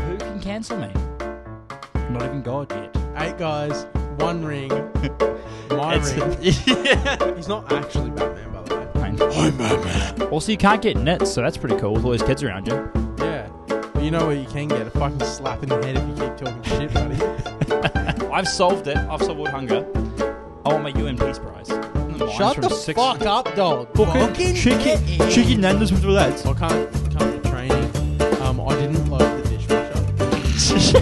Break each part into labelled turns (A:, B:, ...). A: fucking cancel me. I'm not even God yet.
B: Eight guys, one ring. My
A: It's-
B: ring. He's not actually Batman, by the way.
A: Also, you can't get nits, so that's pretty cool with all these kids around you.
B: Yeah. But you know what you can get? A fucking slap in the head if you keep talking shit, buddy.
A: I've solved it. I've solved world hunger. I want Oh, my UN Peace Prize. Mine's
C: Shut
A: from
C: the
A: six-
C: fuck up, dog.
A: Fucking chicken, chicken nandos with relax.
B: I can't come to training. Um, I didn't load the dishwasher.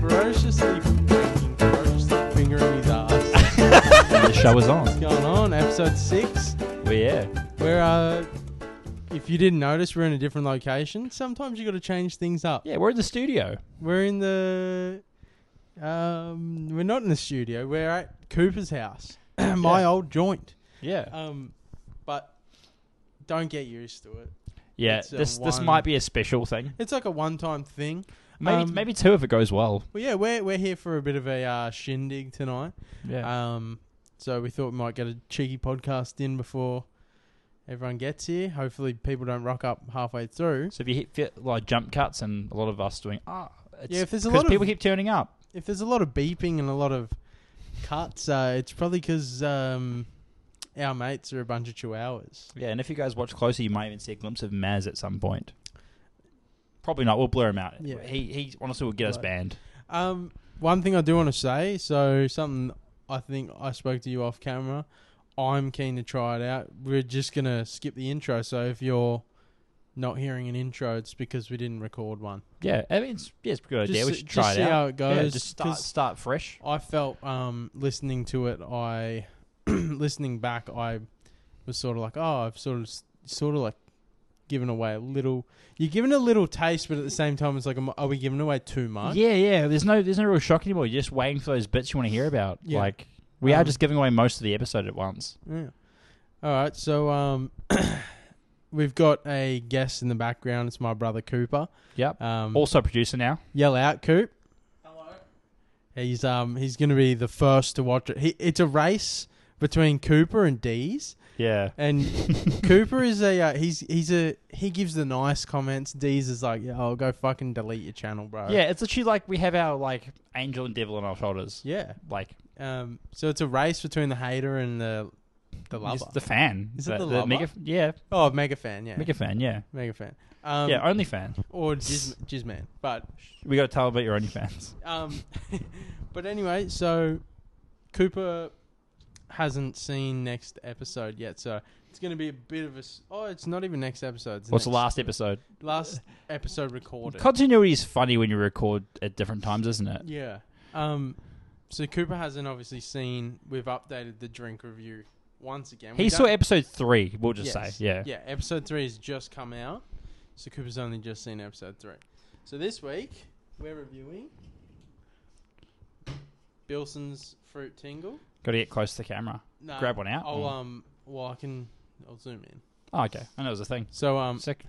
B: ferociously breaking, ferociously fingering his ass.
A: the show is on.
B: What's going on? Episode six.
A: Well, yeah.
B: Where uh, if you didn't notice, we're in a different location. Sometimes you got to change things up.
A: Yeah, we're in the studio.
B: We're in the. Um, we're not in the studio. We're at Cooper's house, my
A: Yeah.
B: old joint.
A: Yeah.
B: Um, but don't get used to it.
A: Yeah,
B: it's a
A: this this
B: one-
A: might be a special thing.
B: It's like a one-time thing.
A: Maybe
B: Um,
A: maybe two if it goes well.
B: Well, yeah, we're we're here for a bit of a uh, shindig tonight.
A: Yeah.
B: Um, so we thought we might get a cheeky podcast in before everyone gets here. Hopefully, people don't rock up halfway through.
A: so if you hit, fit like jump cuts and a lot of us doing ah, it's,
B: Yeah, if there's a
A: 'cause
B: lot of-
A: people keep turning up.
B: If there's a lot of beeping and a lot of cuts, uh, it's probably because um, our mates are a bunch of chihuahuas.
A: Yeah, and if you guys watch closer, you might even see a glimpse of Maz at some point. Probably not. We'll blur him out.
B: Yeah.
A: He he honestly would get us
B: Right.
A: banned.
B: Um, one thing I do want to say, so something I think I spoke to you off camera. I'm keen to try it out. We're just gonna skip the intro, so if you're not hearing an intro, it's because we didn't record one.
A: Yeah, I mean, it's, yeah, it's a good
B: Just
A: idea. We
B: see-
A: should
B: just
A: try
B: see
A: it out.
B: how it
A: Yeah,
B: goes,
A: just start
B: 'cause-
A: start fresh.
B: I felt um, listening to it. I listening back. I was sort of like, oh, I've sort of sort of like given away a little. You're giving a little taste, but at the same time, it's like, am- are we giving away too much?
A: Yeah, yeah. There's no there's no real shock anymore. You're just waiting for those bits you want to hear about.
B: Yeah.
A: Like we are
B: Um,
A: just giving away most of the episode at once.
B: Yeah. All right. So um, we've got a guest in the background. It's my brother Cooper.
A: Yep.
B: Um,
A: Also producer now.
B: yell out, Coop. Hello. He's um he's gonna be the first to watch it. He, it's a race between Cooper and Dees,
A: Yeah.
B: and Cooper is a uh, he's he's a he gives the nice comments. Dees is like, yeah, I'll go fucking delete your channel, bro.
A: Yeah, it's literally like we have our like angel and devil on our shoulders.
B: Yeah.
A: Like
B: Um. So it's a race between the hater and the the lover.
A: just the fan.
B: Is it the lover?
A: mega, yeah,
B: oh, mega fan. Yeah.
A: mega fan. Yeah,
B: Mega fan. Um,
A: yeah, only fan.
B: or jizz, jizz man. But
A: We got to tell about your only fans.
B: um, but anyway, so Cooper hasn't seen next episode yet, so it's going to be a bit of a. s- Oh, it's not even next episode. it's
A: What's the
B: next-
A: last episode?
B: last episode recorded?
A: Continuity is funny when you record at different times, isn't it?
B: yeah. Um, so Cooper hasn't obviously seen. We've updated the drink review once again. We
A: He saw
B: don't-
A: episode three. We'll just
B: Yes.
A: say, yeah,
B: Yeah, episode three has just come out, so Cooper's only just seen episode three. So this week we're reviewing Bilson's Fruit Tingle.
A: Got to get close to the camera.
B: No,
A: Grab one out,
B: I'll
A: or-
B: um, well I can, I'll zoom in.
A: Oh, okay, I know it was a thing.
B: So um,
A: Sick.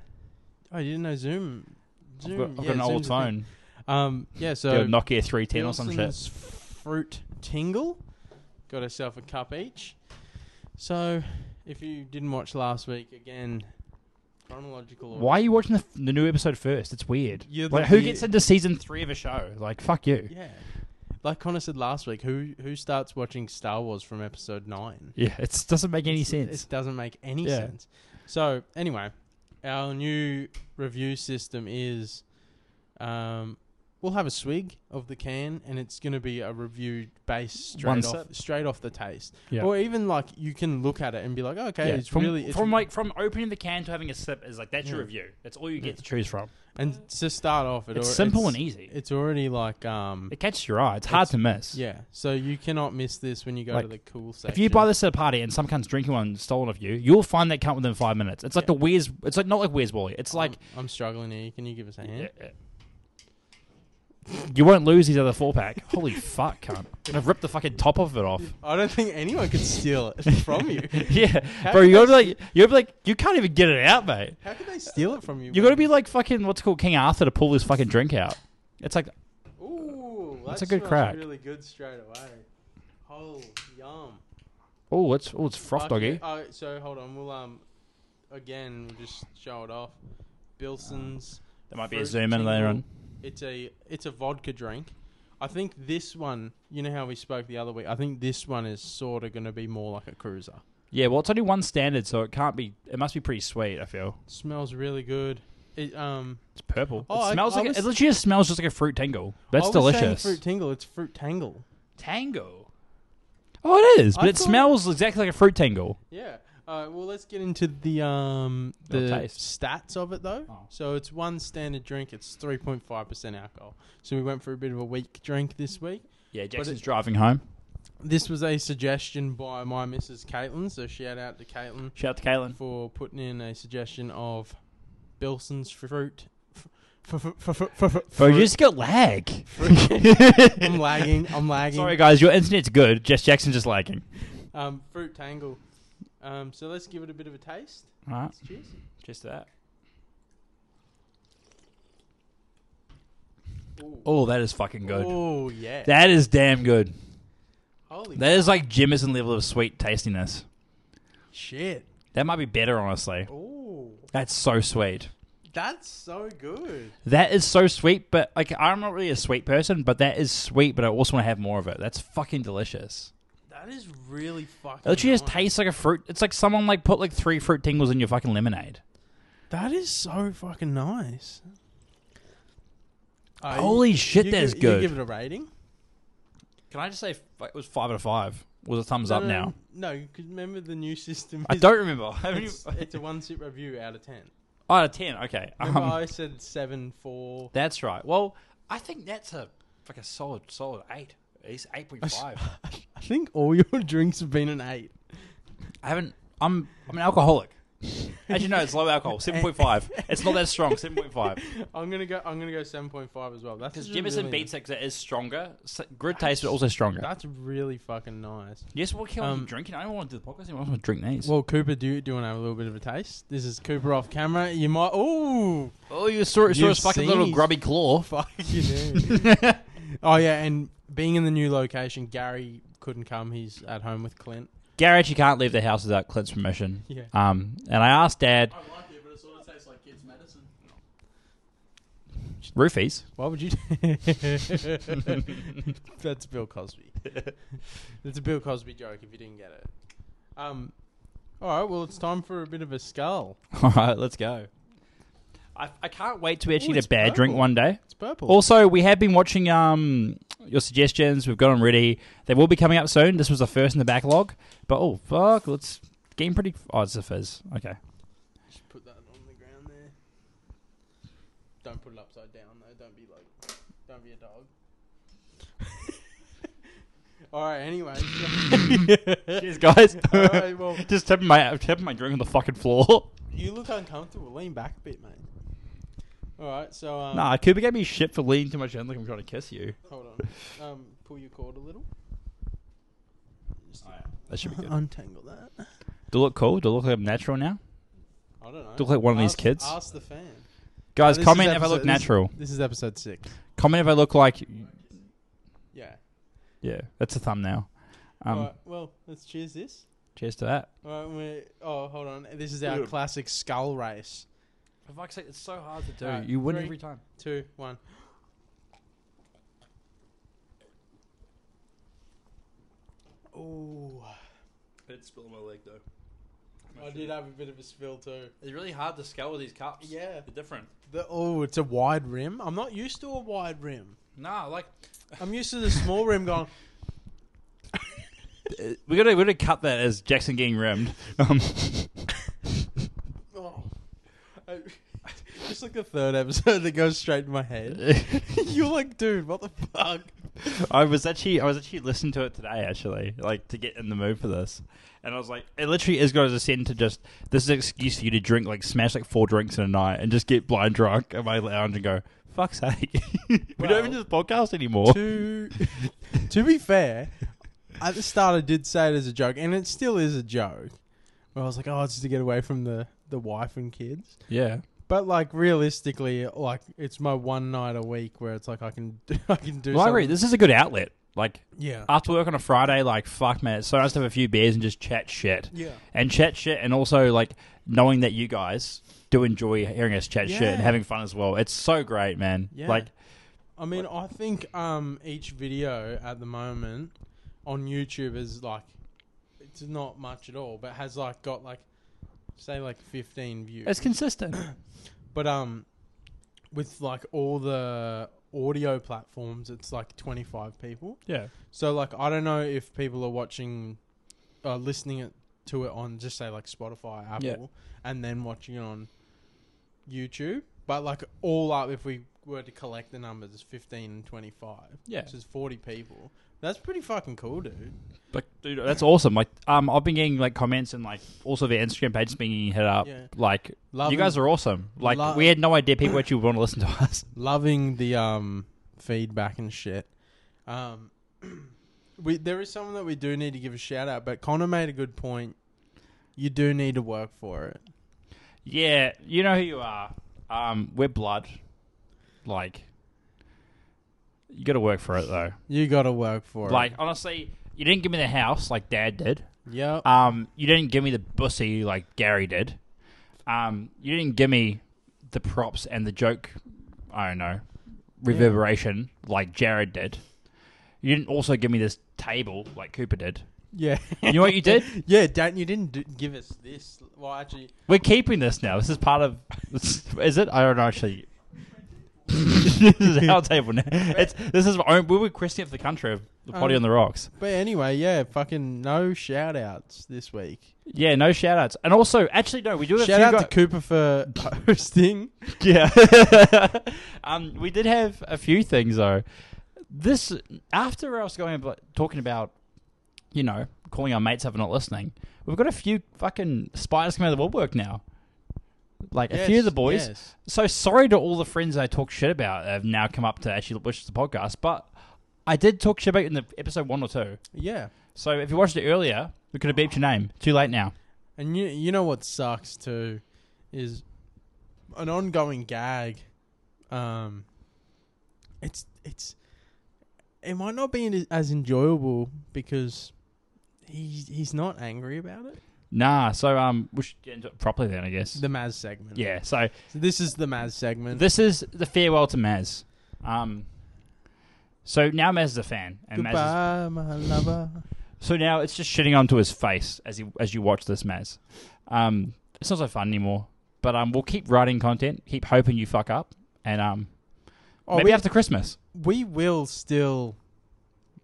B: oh you didn't know Zoom.
A: I've
B: Zoom.
A: got, I've got
B: yeah,
A: an old
B: Zoom's a thing.
A: phone,
B: Um, yeah.
A: the
B: So
A: old Nokia three ten or some shit.
B: Bilson's Fruit Tingle. Got herself a cup each. So if you didn't watch last week, again, chronological. order.
A: Why are you watching the, the new episode first? It's weird.
B: You're
A: Like,
B: the
A: who
B: weird-
A: gets into season three of a show? Like, fuck you.
B: Yeah. Like Connor said last week, who who starts watching Star Wars from episode nine?
A: Yeah, it doesn't make any sense.
B: It doesn't make any
A: Yeah.
B: sense. So anyway, our new review system is um we'll have a swig of the can and it's gonna be a review based straight
A: One
B: off
A: sip.
B: straight off the taste.
A: Yeah.
B: Or even like you can look at it and be like, okay,
A: Yeah,
B: it's
A: from,
B: really it's
A: from like from opening the can to having a sip is like that's your
B: Yeah.
A: review. That's all you get
B: Yeah.
A: to choose from.
B: and to start off it
A: It's
B: al-
A: simple
B: it's-
A: and easy.
B: It's already like um
A: It catches your eye. It's hard
B: It's-
A: to miss.
B: yeah, so you cannot miss this when you go to
A: Like,
B: the cool section.
A: If you buy this at a party and some cunt's drinking one stolen of you, you'll find that cunt within five minutes. It's like
B: Yeah. Oh,
A: the Where's. It's like not like Where's Wally. It's like
B: I'm, I'm struggling here. Can you give us a hand?
A: you won't lose these other four pack. Holy fuck, cunt! And I've ripped the fucking top of it off.
B: I don't think anyone could steal it from you.
A: yeah,
B: How
A: bro.
B: did
A: You gotta
B: they
A: be like, you gotta be like, you can't even get it out, mate.
B: How could they steal it from you?
A: You gotta be like fucking what's it called King Arthur to pull this fucking drink out. It's like
B: Ooh,
A: That's
B: that
A: a good
B: smells
A: crack.
B: Really good straight away. Oh, yum.
A: oh, it's oh, it's froth
B: Okay,
A: doggy.
B: alright, so hold on. We'll um, again, we'll just show it off. Bilson's.
A: There might be a
B: fruit
A: zoom in later
B: tingle
A: on.
B: It's a it's a vodka drink. I think this one, you know how we spoke the other week. I think this one is sort of going to be more like a cruiser.
A: Yeah, well, it's only one standard, so it can't be. It must be pretty sweet. I feel
B: smells really good. It um
A: it's purple. it
B: Oh, I-
A: smells
B: I
A: like
B: was-
A: it literally just smells just like a fruit tangle. That's
B: I was saying
A: delicious.
B: Fruit tingle. It's fruit tangle.
A: tango. Oh, it is, but
B: I
A: it
B: thought-
A: smells exactly like a fruit tangle.
B: Yeah. Uh, well, let's get into the um
A: Your
B: the
A: taste.
B: stats of it though.
A: Oh.
B: So it's one standard drink. It's three point five percent alcohol. So we went for a bit of a weak drink this week.
A: Yeah,
B: Jackson's
A: Jackson's driving home.
B: This was a suggestion by my Mrs. Caitlin. So shout out to Caitlin
A: Shout out to Caitlin.
B: for putting in a suggestion of Bilson's fruit. f- f- f- f- f- f-
A: Bro, you
B: fruit.
A: just got lag.
B: I'm lagging. I'm lagging.
A: Sorry, guys, your internet's good. Just Jackson's just lagging.
B: Um, fruit tangle. Um, so let's give it a bit of a taste.
A: All right,
B: Let's cheers.
A: just that.
B: Ooh.
A: Oh, that is fucking good.
B: Oh yeah.
A: That is damn good.
B: Holy
A: That is like Jimison level of sweet tastiness.
B: shit.
A: That might be better, honestly.
B: Oh,
A: That's so sweet.
B: that's so good.
A: That is so sweet, but like I'm not really a sweet person, but that is sweet, but I also want to have more of it. That's fucking delicious.
B: That is really fucking.
A: It literally just
B: nice.
A: tastes like a fruit. It's like someone like put like three fruit tingles in your fucking lemonade.
B: That is so fucking nice. Uh,
A: Holy shit,
B: you
A: that
B: gi-
A: is
B: you
A: good.
B: give it a rating.
A: Can I just say f- it was five out of five? Was a thumbs
B: No,
A: up
B: no,
A: now?
B: Um, No, because remember the new system.
A: I
B: is-
A: don't remember. I haven't
B: It's,
A: even-
B: it's a one sip review out of ten.
A: out of ten, okay.
B: Remember,
A: Um,
B: I said seven four.
A: that's right. Well, I think that's a like a solid, solid eight. At least eight point five.
B: I think all your drinks have been an eight.
A: I haven't. I'm. I'm an alcoholic. As you know, it's low alcohol. Seven point five. It's not that strong. Seven point five.
B: I'm gonna go. I'm gonna go seven point five as well. That's
A: Because
B: just
A: Jimison
B: really
A: beats it because it is stronger. S- Good taste, but also stronger.
B: That's really fucking nice.
A: yes, what can I
B: Um,
A: be drinking? I don't want to do the podcast. I want to drink these.
B: Well, Cooper, do you, do you want to have a little bit of a taste? This is Cooper off camera. You might. Oh,
A: oh, you saw,
B: saw his fucking little grubby
A: claw.
B: fuck you. oh yeah, and being in the new location, Gary couldn't come. He's at home with Clint.
A: Garrett, you can't leave the house without Clint's permission.
B: Yeah.
A: Um, and I asked Dad,
C: I like it, but it sort of tastes like kids' medicine.
A: roofies.
B: Why would you? do- That's Bill Cosby. It's a Bill Cosby joke. If you didn't get it, um, all right. Well, it's time for a bit of a skull.
A: All right, let's go. I, I can't wait to actually
B: Ooh,
A: get
B: it's
A: a bad drink
B: purple.
A: one day.
B: It's purple.
A: Also, we have been watching um, your suggestions. We've got them ready. They will be coming up soon. This was the first in the backlog. But oh, fuck, let's game pretty. Oh, it's a fizz. Okay.
B: Just put that on the ground there. Don't put it upside down though. Don't be like, don't be a dog. All right. Anyway.
A: Cheers, guys.
B: All right. Well,
A: Just tipping my tipping my drink on the fucking floor.
B: you look uncomfortable. Lean back a bit, mate. All right. So um,
A: Nah, Cooper gave me shit for leaning too much in like I'm trying to kiss you.
B: hold on. Um, pull your cord a little. Just
A: That should be good.
B: Untangle that.
A: Do I look cool? Do I look like I'm natural now?
B: I don't know.
A: Look like one of these
B: Ask-
A: kids.
B: Ask the fan.
A: Guys,
B: This is
A: comment if I
B: episode-
A: look
B: this-
A: natural.
B: This is episode six.
A: Comment if I look like.
B: Yeah.
A: Yeah, that's a thumbnail. Um,
B: All right. Well, let's cheers this.
A: Cheers to that.
B: Right, we're, oh, hold on. This is our
A: Yeah.
B: classic skull race.
A: For fuck's sake, it's so hard to do.
B: Alright,
A: you win
B: three.
A: every time.
B: Two, one. Oh,
A: It's spilling my leg though.
B: I did have a bit of a spill too.
A: It's really hard to scale with these cups.
B: Yeah.
A: They're different.
B: The, oh, it's a wide rim. I'm not used to a wide rim.
A: Nah, like
B: I'm used to the small rim going.
A: Uh, we gotta we gotta cut that as Jackson getting rimmed. Um,
B: Oh. I- Just like the third episode that goes straight to my head. You're like, dude, what the fuck?
A: I was actually I was actually listening to it today actually, like to get in the mood for this. And I was like, it literally is going to descend to just this is an excuse for you to drink like smash like four drinks in a night and just get blind drunk in my lounge and go, fuck's sake. we don't even
B: Well,
A: do this podcast anymore.
B: to to be fair, at the start I did say it as a joke, and it still is a joke. Where I was like, oh, it's to get away from the the wife and kids.
A: yeah.
B: But like realistically, like it's my one night a week where it's like I can do, I can do.
A: Well, I agree.
B: something-
A: This is a good outlet. Like
B: Yeah.
A: after work on a Friday, like fuck man, it's so nice to have a few beers and just chat shit.
B: Yeah.
A: And chat shit and also like knowing that you guys do enjoy hearing us chat shit
B: Yeah.
A: and having fun as well. It's so great, man.
B: Yeah.
A: Like
B: I mean, I think um, each video at the moment on YouTube is like, it's not much at all, but has like got like, say like 15 views.
A: it's consistent.
B: but um, with like all the audio platforms, it's like 25 people.
A: yeah.
B: So like, I don't know if people are watching, uh, listening it to it on just say like Spotify, Apple,
A: Yeah.
B: and then watching it on YouTube. But like all up, if we were to collect the numbers, it's 15 and 25.
A: Yeah.
B: So it's 40 people. That's pretty fucking cool, dude.
A: Like, dude, that's awesome. Like, um, I've been getting like comments and like also their Instagram page has been getting hit up.
B: Yeah. Um,
A: Like,
B: Love
A: you guys are awesome. Like,
B: Love-
A: we had no idea people actually want to listen to us.
B: loving the um feedback and shit. Um, we there is someone that we do need to give a shout out, but Connor made a good point. You do need to work for it.
A: Yeah, you know who you are. Um, we're blood. Like, you got to work for it though.
B: You got to work for
A: Like,
B: it.
A: honestly, you didn't give me the house like Dad did.
B: yeah.
A: Um, you didn't give me the bussy like Gary did. Um, you didn't give me the props and the joke. I don't know reverberation like Jared did. You didn't also give me this table like Cooper did.
B: Yeah.
A: You know what you did?
B: yeah, Dan, you didn't d- give us this. Well, actually,
A: We're keeping this now. This is part of. Is it? I don't know. Actually, this is our table now. It's this is our own. We're requesting it for the country of the potty
B: Um,
A: on the rocks.
B: but anyway, yeah, fucking no shout outs this week.
A: Yeah, no shout outs. And also, actually, no, we do have a
B: Shout
A: few
B: out
A: guy-
B: to Cooper for hosting.
A: Yeah. um, we did have a few things though. This after I was going about, talking about, you know, calling our mates up and not listening. We've got a few fucking spiders coming out of the woodwork now. Like a few of the
B: Yes,
A: boys.
B: yes.
A: So sorry to all the friends I talk shit about that have now come up to actually watch the podcast, but I did talk shit about you in the episode one or two.
B: Yeah.
A: So if you watched it earlier, we could have beeped your name. Too late now.
B: And you you know what sucks too is an ongoing gag. Um, it's it's it might not be as enjoyable because he's he's not angry about it.
A: Nah, so um we should get into it properly then I guess.
B: The Maz segment.
A: yeah, so
B: So this is the Maz segment.
A: This is the farewell to Maz. Um, so now Maz is a fan, and Maz
B: Goodbye, my lover.
A: is, so now it's just shitting onto his face as he as you watch this Maz. Um, it's not so fun anymore, but um, we'll keep writing content, keep hoping you fuck up, and um,
B: Oh,
A: maybe
B: we,
A: after Christmas.
B: we will still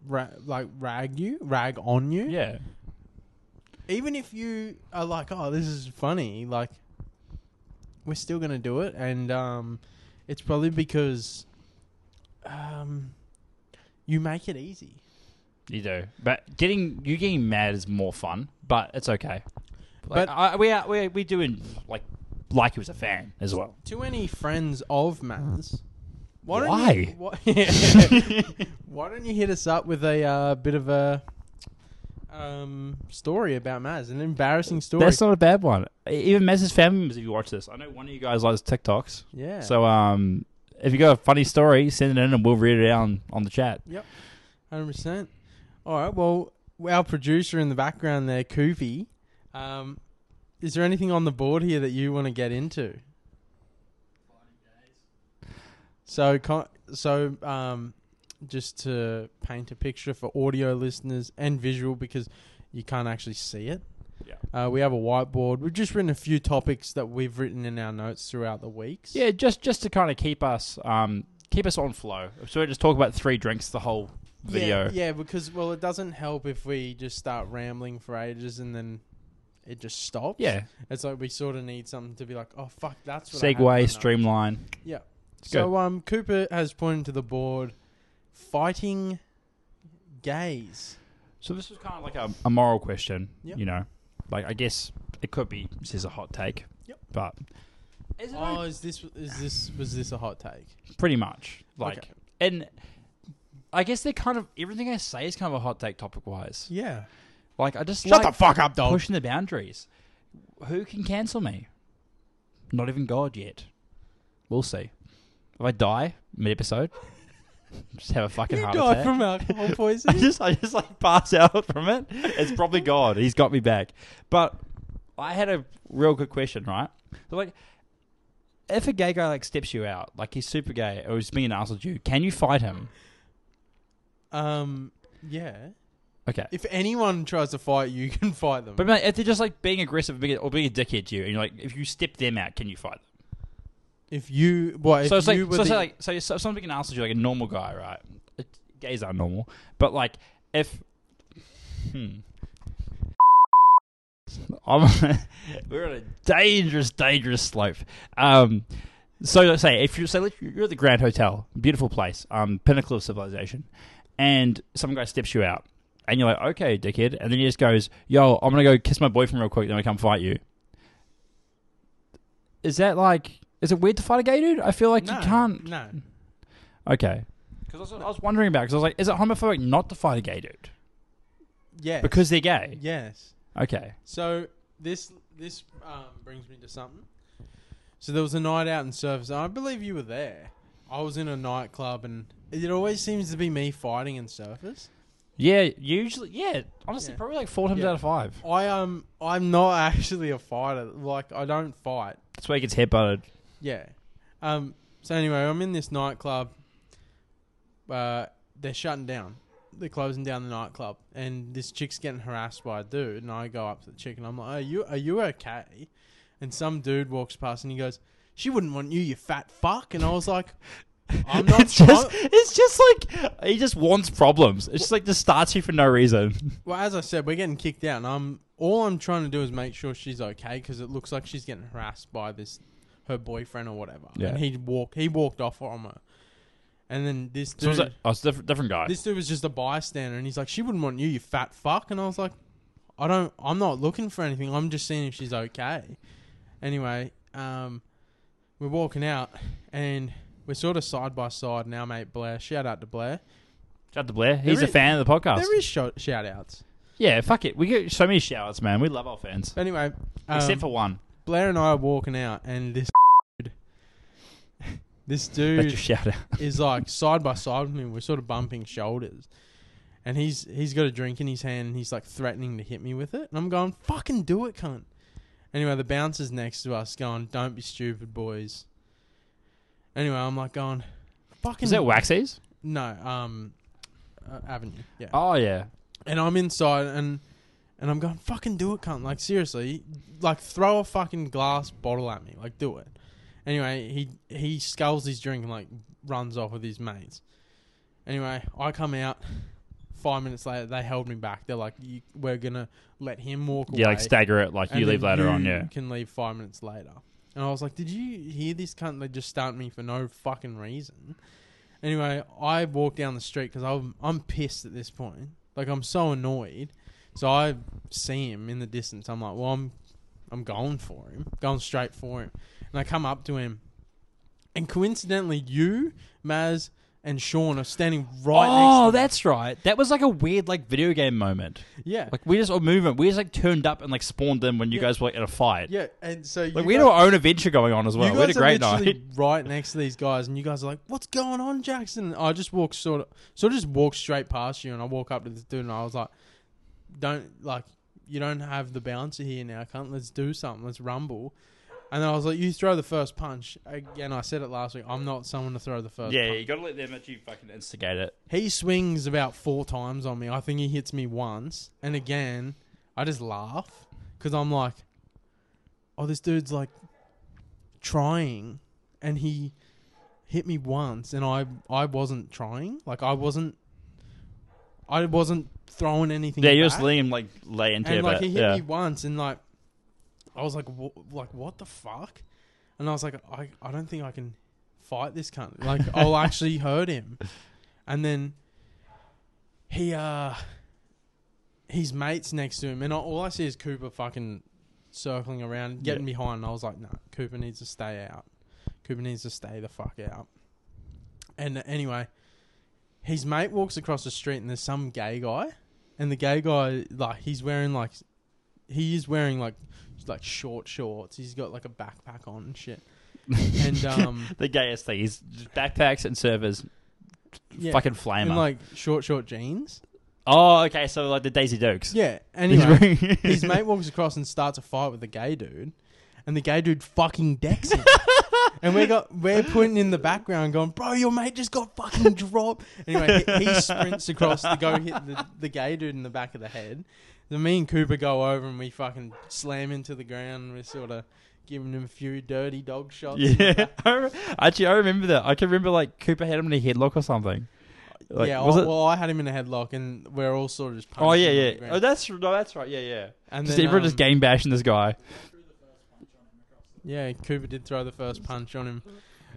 B: ra- like rag you, rag on you.
A: Yeah,
B: even if you are like, oh, this is funny, like, we're still gonna do it, and um, it's probably because um, you make it easy.
A: you do. But getting you getting mad is more fun, but it's okay.
B: But-
A: Like, I, we are we we doing like like he was a fan as well.
B: To any friends of Maz, why don't you, why, why don't you hit us up with a uh, bit of a um, story about Maz, an embarrassing story?
A: That's not a bad one. Even Maz's family members, if you watch this, I know one of you guys likes TikToks.
B: yeah.
A: So um, if you got a funny story, send it in and we'll read it out on, on the chat.
B: Hundred percent. All right. Well, our producer in the background there, Koofy. Um, is there anything on the board here that you want to get into? So, con- so um, just to paint a picture for audio listeners and visual because you can't actually see it.
A: Yeah.
B: Uh, we have a whiteboard. We've just written a few topics that we've written in our notes throughout the weeks.
A: Yeah, just just to kind of keep us um keep us on flow. So we just talk about three drinks the whole video.
B: Yeah, yeah, because well, it doesn't help if we just start rambling for ages and then it just stops.
A: Yeah.
B: it's like we sort of need something to be like, oh fuck, that's what I had in my
A: Segway,
B: notes."
A: streamline.
B: Yeah.
A: It's
B: So um, Cooper has pointed to the board, fighting gays.
A: So this was kind of like a, a moral question,
B: Yep.
A: you know. Like I guess it could be this is a hot take.
B: Yep.
A: But
B: Oh, is this is this was this a hot take?
A: pretty much like
B: Okay.
A: and I guess they're kind of everything I say is kind of a hot take topic wise.
B: Yeah.
A: Like I just like
B: Shut the fuck up, dog.
A: pushing the boundaries. Who can cancel me? Not even God yet. We'll see. If I die mid episode, Just have a fucking
B: You
A: heart
B: die
A: attack.
B: from alcohol
A: I
B: poisoning.
A: just I just like pass out from it. It's probably God. He's got me back. But I had a real good question, right? So like if a gay guy like steps you out, like he's super gay or he's being an asshole to you, can you fight him?
B: um, yeah.
A: Okay.
B: If anyone tries to fight you, you can fight them.
A: But mate, if they're just like being aggressive being- or being a dickhead to you, and you're like, if you step them out, can you fight them?
B: if you, what? If
A: so it's
B: you
A: like,
B: were
A: so, it's
B: the-
A: like, so, so if something can answer you like a normal guy, right? It, gays are normal, but like if, hmm, I'm, we're on a dangerous, dangerous slope. Um, so let's say if you say let you're at the Grand Hotel, beautiful place, um, pinnacle of civilization, and some guy steps you out, and you're like, okay, dickhead, and then he just goes, yo, I'm gonna go kiss my boyfriend real quick, then I come fight you. Is that like? Is it weird to fight a gay dude? I feel like
B: no,
A: you can't.
B: No.
A: Okay. Because I, was- I was wondering about because I was like, is it homophobic not to fight a gay dude
B: Yes.
A: because they're gay?
B: Yes.
A: Okay.
B: So this this um, brings me to something. So there was a night out in Surfers, and I believe you were there. I was in a nightclub, and it always seems to be me fighting in Surfers.
A: Yeah. Usually, yeah. Honestly,
B: Yeah.
A: probably like four times
B: Yeah.
A: out of five.
B: I um I'm not actually a fighter. Like I don't fight.
A: That's why he gets headbutted.
B: Yeah. Um. So anyway, I'm in this nightclub. Uh, they're shutting down. They're closing down the nightclub, and this chick's getting harassed by a dude. And I go up to the chick, and I'm like, "Are you are you okay?" And some dude walks past, and he goes, "She wouldn't want you, you fat fuck." And I was like, "I'm not."
A: it's just,
B: I'm-
A: it's just like he just wants problems. It's just like just starts you for no reason.
B: well, as I said, we're getting kicked out, and I'm all I'm trying to do is make sure she's okay because it looks like she's getting harassed by this her boyfriend or whatever.
A: Yeah.
B: And he walked he walked off on her, and then this dude.
A: So it's like, oh, it's a different, different guy.
B: this dude was just a bystander and he's like she wouldn't want you you fat fuck and i was like i don't i'm not looking for anything i'm just seeing if she's okay anyway um we're walking out and we're sort of side by side now mate blair shout out to blair
A: Shout out to Blair. He's
B: There
A: a
B: is-
A: fan of the podcast.
B: there is sho- shout outs
A: yeah. Fuck it. We get so many shoutouts, man. We love our fans,
B: but anyway um,
A: except for one.
B: blair and i are walking out and this dude
A: That's
B: this dude
A: your shout out.
B: is like side by side with me. We're sort of bumping shoulders, and he's he's got a drink in his hand, and he's like threatening to hit me with it. And I'm going, "Fucking do it, cunt!" Anyway, the bouncer's next to us, going, "Don't be stupid, boys." Anyway, I'm like going, "Fucking
A: Is that Waxies?
B: No, um, uh, Avenue, yeah.
A: Oh yeah.
B: And I'm inside, and and I'm going, "Fucking do it, cunt!" Like seriously, like throw a fucking glass bottle at me, like do it. Anyway, he he sculls his drink and like runs off with his mates. Anyway, I come out. Five minutes later, they held me back. They're like, you, "We're gonna let him walk away."
A: Yeah, like stagger it. Like
B: and
A: you
B: then
A: leave later on.
B: you
A: Yeah.
B: can leave five minutes later. And I was like, "Did you hear this cunt? They just start me for no fucking reason." Anyway, I walk down the street because I'm I'm pissed at this point. Like I'm so annoyed. So I see him in the distance. I'm like, "Well, I'm I'm going for him, going straight for him." And I come up to him, and coincidentally, you, Maz, and Sean are standing right next. to
A: oh,
B: him.
A: that's right. That was like a weird like video game moment.
B: yeah,
A: Like we just all movement. We just like turned up and like spawned in when you
B: Yeah.
A: guys were like in a fight.
B: yeah. And so you
A: Like we
B: guys-
A: had our own adventure going on as well.
B: you
A: We had a
B: guys are
A: great
B: literally
A: night.
B: right next to these guys, and you guys are like, "What's going on, Jackson?" I just walk sort of, sort of just walk straight past you, and I walk up to this dude, and I was like, "Don't like, you don't have the bouncer here now, cunt. Let's do something. Let's rumble." And then I was like, "You throw the first punch." Again, I said it last week. I'm not someone to throw the first.
A: Yeah,
B: punch.
A: you gotta let them actually fucking instigate it.
B: He swings about four times on me. I think he hits me once, and again, I just laugh because I'm like, "Oh, this dude's like trying," and he hit me once, and I I wasn't trying. Like I wasn't, I wasn't throwing anything.
A: Yeah, you're
B: back.
A: just letting him like lay into it.
B: And
A: a
B: like
A: bit.
B: he hit
A: yeah.
B: me once, and like I was like, "Wha- like what the fuck? And I was like, I, I don't think I can fight this cunt. Like I'll actually hurt him. And then he uh, his mates next to him, and I, all I see is Cooper fucking circling around, getting behind. And I was like, no, Cooper needs to stay out. Cooper needs to stay the fuck out. And anyway, his mate walks across the street, and there's some gay guy, and the gay guy like he's wearing like he is wearing like like short shorts. He's got like a backpack on and shit. And um,
A: the gayest thing. He's just backpacks and servers.
B: Yeah.
A: fucking flamer.
B: in like short, short jeans.
A: oh, okay, so like the Daisy Dukes.
B: Yeah.
A: He's
B: Anyway,
A: wearing-
B: his mate walks across and starts a fight with the gay dude, and the gay dude fucking decks him. and we got we're putting in the background, going, "Bro, your mate just got fucking dropped." Anyway, he, he sprints across to go hit the, the gay dude in the back of the head. Then me and Cooper go over and we fucking slam into the ground. And we're sort of giving him a few dirty dog shots. in the
A: Yeah,
B: back.
A: I re- actually, I remember that. I can remember like Cooper had him in a headlock or something. Like,
B: yeah.
A: was
B: I,
A: it-
B: Well, I had him in a headlock, and we're all sort of just.
A: oh
B: punching
A: yeah,
B: him on
A: yeah.
B: the ground.
A: Oh, that's no, that's right. Yeah, yeah.
B: and
A: Just
B: then,
A: everyone just
B: um,
A: game bashing this guy.
B: Yeah, Cooper did throw the first punch on him.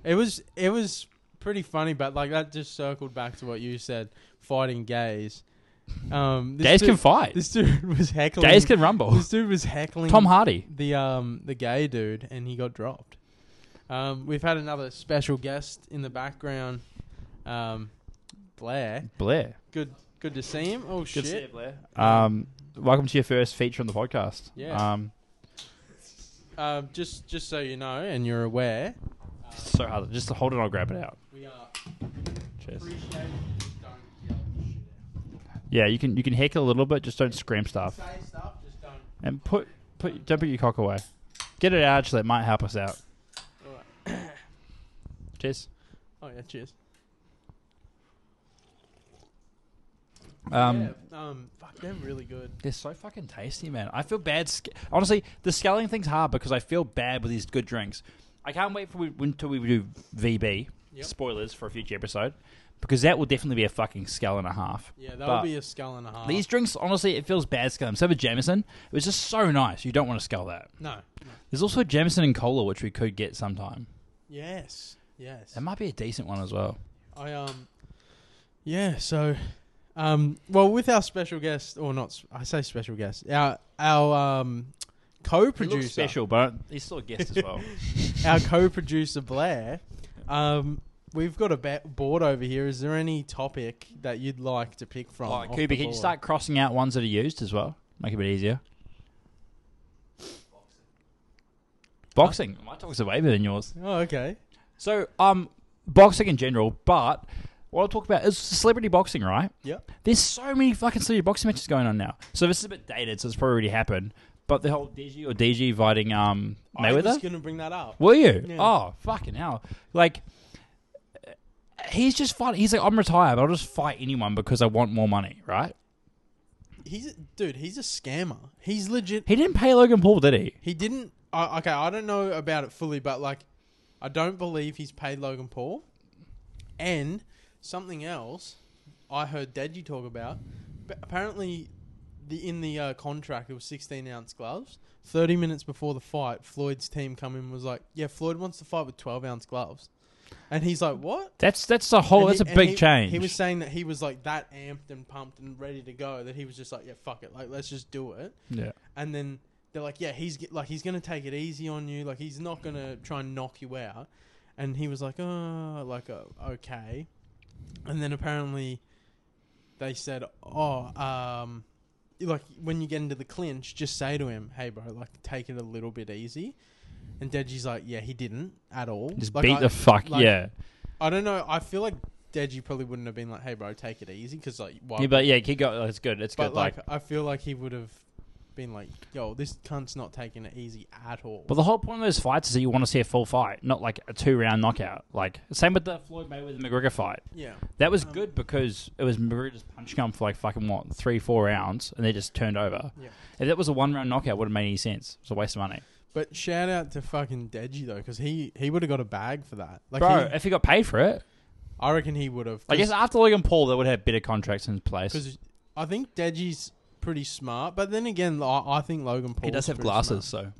B: It was it was pretty funny, but like that just circled back to what you said, fighting gays. Um, this
A: Gays
B: dude,
A: can fight.
B: This dude was heckling.
A: Gays can rumble.
B: This dude was heckling.
A: Tom Hardy.
B: the um the gay dude, and he got dropped. Um, we've had another special guest in the background, um, Blair.
A: Blair.
B: Good good to see him. Oh shit!
A: Blair. Um, welcome to your first feature on the podcast.
B: Yeah.
A: Um,
B: Um, just just so you know, and you're aware,
A: so hard. Just hold it. I'll grab it out.
B: we are
A: Cheers.
B: appreciated. Just don't yell shit out.
A: Yeah, you can you can heckle a little bit. Just don't scream stuff.
B: Say stuff, just don't.
A: And put put don't put your cock away. Get it out. Actually, it might help us out.
B: Alright.
A: Cheers.
B: Oh yeah, cheers.
A: Um,
B: yeah, um, fuck, they're really good.
A: They're so fucking tasty, man. I feel bad. Sc- Honestly, the scaling thing's hard because I feel bad with these good drinks. I can't wait for we, until we do VB
B: Yep.
A: spoilers for a future episode because that will definitely be a fucking scale and a half.
B: Yeah, that
A: But-
B: would be a skull and a half.
A: These drinks, honestly, it feels bad scaling. So for Jameson, it was just so nice. You don't want to scale that.
B: no.
A: There's also Jameson and cola, which we could get sometime.
B: Yes. Yes.
A: That might be a decent one as well.
B: I um. Yeah. So, um. Well, with our special guest, or not? s- I say special guest. Our our
A: He
B: um
A: looks
B: co-producer,
A: special, but he's still a guest as well.
B: our co-producer Blair. Um, we've got a ba- board over here. Is there any topic that you'd like to pick from?
A: Like,
B: off
A: Cooper,
B: the
A: can you
B: board?
A: start crossing out ones that are used as well? Make it a bit easier. Boxing. My talk's are way better than yours.
B: Oh, okay.
A: So, um, boxing in general, but what I'll talk about is celebrity boxing, right?
B: Yep.
A: There's so many fucking celebrity boxing matches going on now. So this is a bit dated, so it's probably already happened. But the whole DG or DG fighting um Mayweather.
B: I was gonna bring that up.
A: Will you?
B: Yeah.
A: Oh, fucking hell. Like, uh, he's just fighting. He's like, I'm retired. But I'll just fight anyone because I want more money, right?
B: He's dude. He's a scammer. He's legit.
A: He didn't pay Logan Paul, did he?
B: He didn't. I okay, I don't know about it fully, but like, I don't believe he's paid Logan Paul. And something else, I heard Deji talk about. But apparently, the in the uh, contract it was sixteen ounce gloves. Thirty minutes before the fight, Floyd's team come in and was like, "Yeah, Floyd wants to fight with twelve ounce gloves," and he's like, "What?"
A: That's that's a whole.
B: And
A: that's
B: he-
A: a
B: and
A: big
B: he-
A: change.
B: He was saying that he was like that amped and pumped and ready to go that he was just like, yeah, fuck it, like let's just do it.
A: yeah.
B: And then they're like, yeah, he's get- like he's gonna take it easy on you, like he's not gonna try and knock you out. And he was like, oh, like uh, okay. And then apparently, they said, oh, um, like when you get into the clinch, just say to him, hey, bro, like take it a little bit easy. And Deji's like, yeah, he didn't at all.
A: Just
B: Like,
A: beat
B: I-
A: the fuck.
B: like,
A: yeah.
B: I don't know. I feel like Deji probably wouldn't have been like, "Hey, bro, take it easy," because like, why?
A: yeah.
B: but
A: But yeah, he got. It's good. It's good. Like,
B: like, I feel like he would have been like, "Yo, this cunt's not taking it easy at all."
A: but the whole point of those fights is that you want to see a full fight, not like a two round knockout. Like same with the Floyd Mayweather McGregor fight.
B: yeah,
A: That was
B: Um,
A: good because it was McGregor's punch come for like fucking what three four rounds, and they just turned over.
B: yeah.
A: If that was a one round knockout, it would have made any sense. It's a waste of money.
B: But shout out to fucking Deji though, because he he would have got a bag for that. Like,
A: Bro,
B: he,
A: if he got paid for it,
B: I reckon he would have.
A: I guess after Logan Paul, they would have better contracts in place.
B: because I think Deji's pretty smart. But then again, I, I think Logan Paul
A: He does have glasses, Oh, so.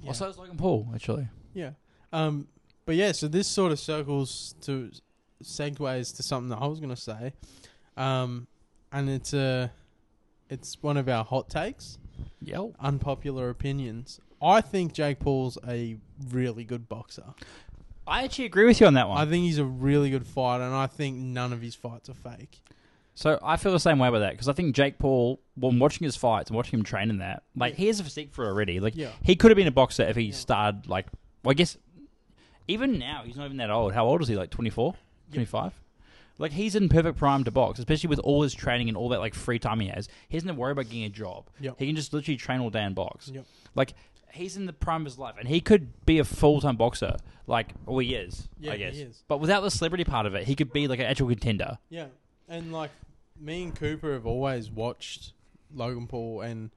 B: Yeah.
A: Also, it's Logan Paul, actually.
B: Yeah. Um. But yeah, so this sort of circles to segues to something that I was gonna say, um, and it's a, it's one of our hot takes,
A: Yo.
B: unpopular opinions. I think Jake Paul's a really good boxer.
A: I actually agree with you on that
B: I
A: one.
B: think he's a really good fighter, and I think none of his fights are fake.
A: so I feel the same way about that because I think Jake Paul, when watching his fights and watching him train in that, like he has a physique for it already. Like
B: Yeah.
A: he could have been a boxer if he
B: Yeah.
A: started like. Well, I guess even now he's not even that old. How old is he? Like 24? 25? Like he's in perfect prime to box, especially with all his training and all that like free time he has. He doesn't worry about getting a job.
B: Yep.
A: He can just literally train all day and box.
B: Yep.
A: Like he's in the prime of his life, and he could be a full time boxer. Like, well, he is.
B: Yeah,
A: I
B: he
A: guess.
B: is.
A: But without the celebrity part of it, he could be like an actual contender.
B: Yeah, and like me and Cooper have always watched Logan Paul and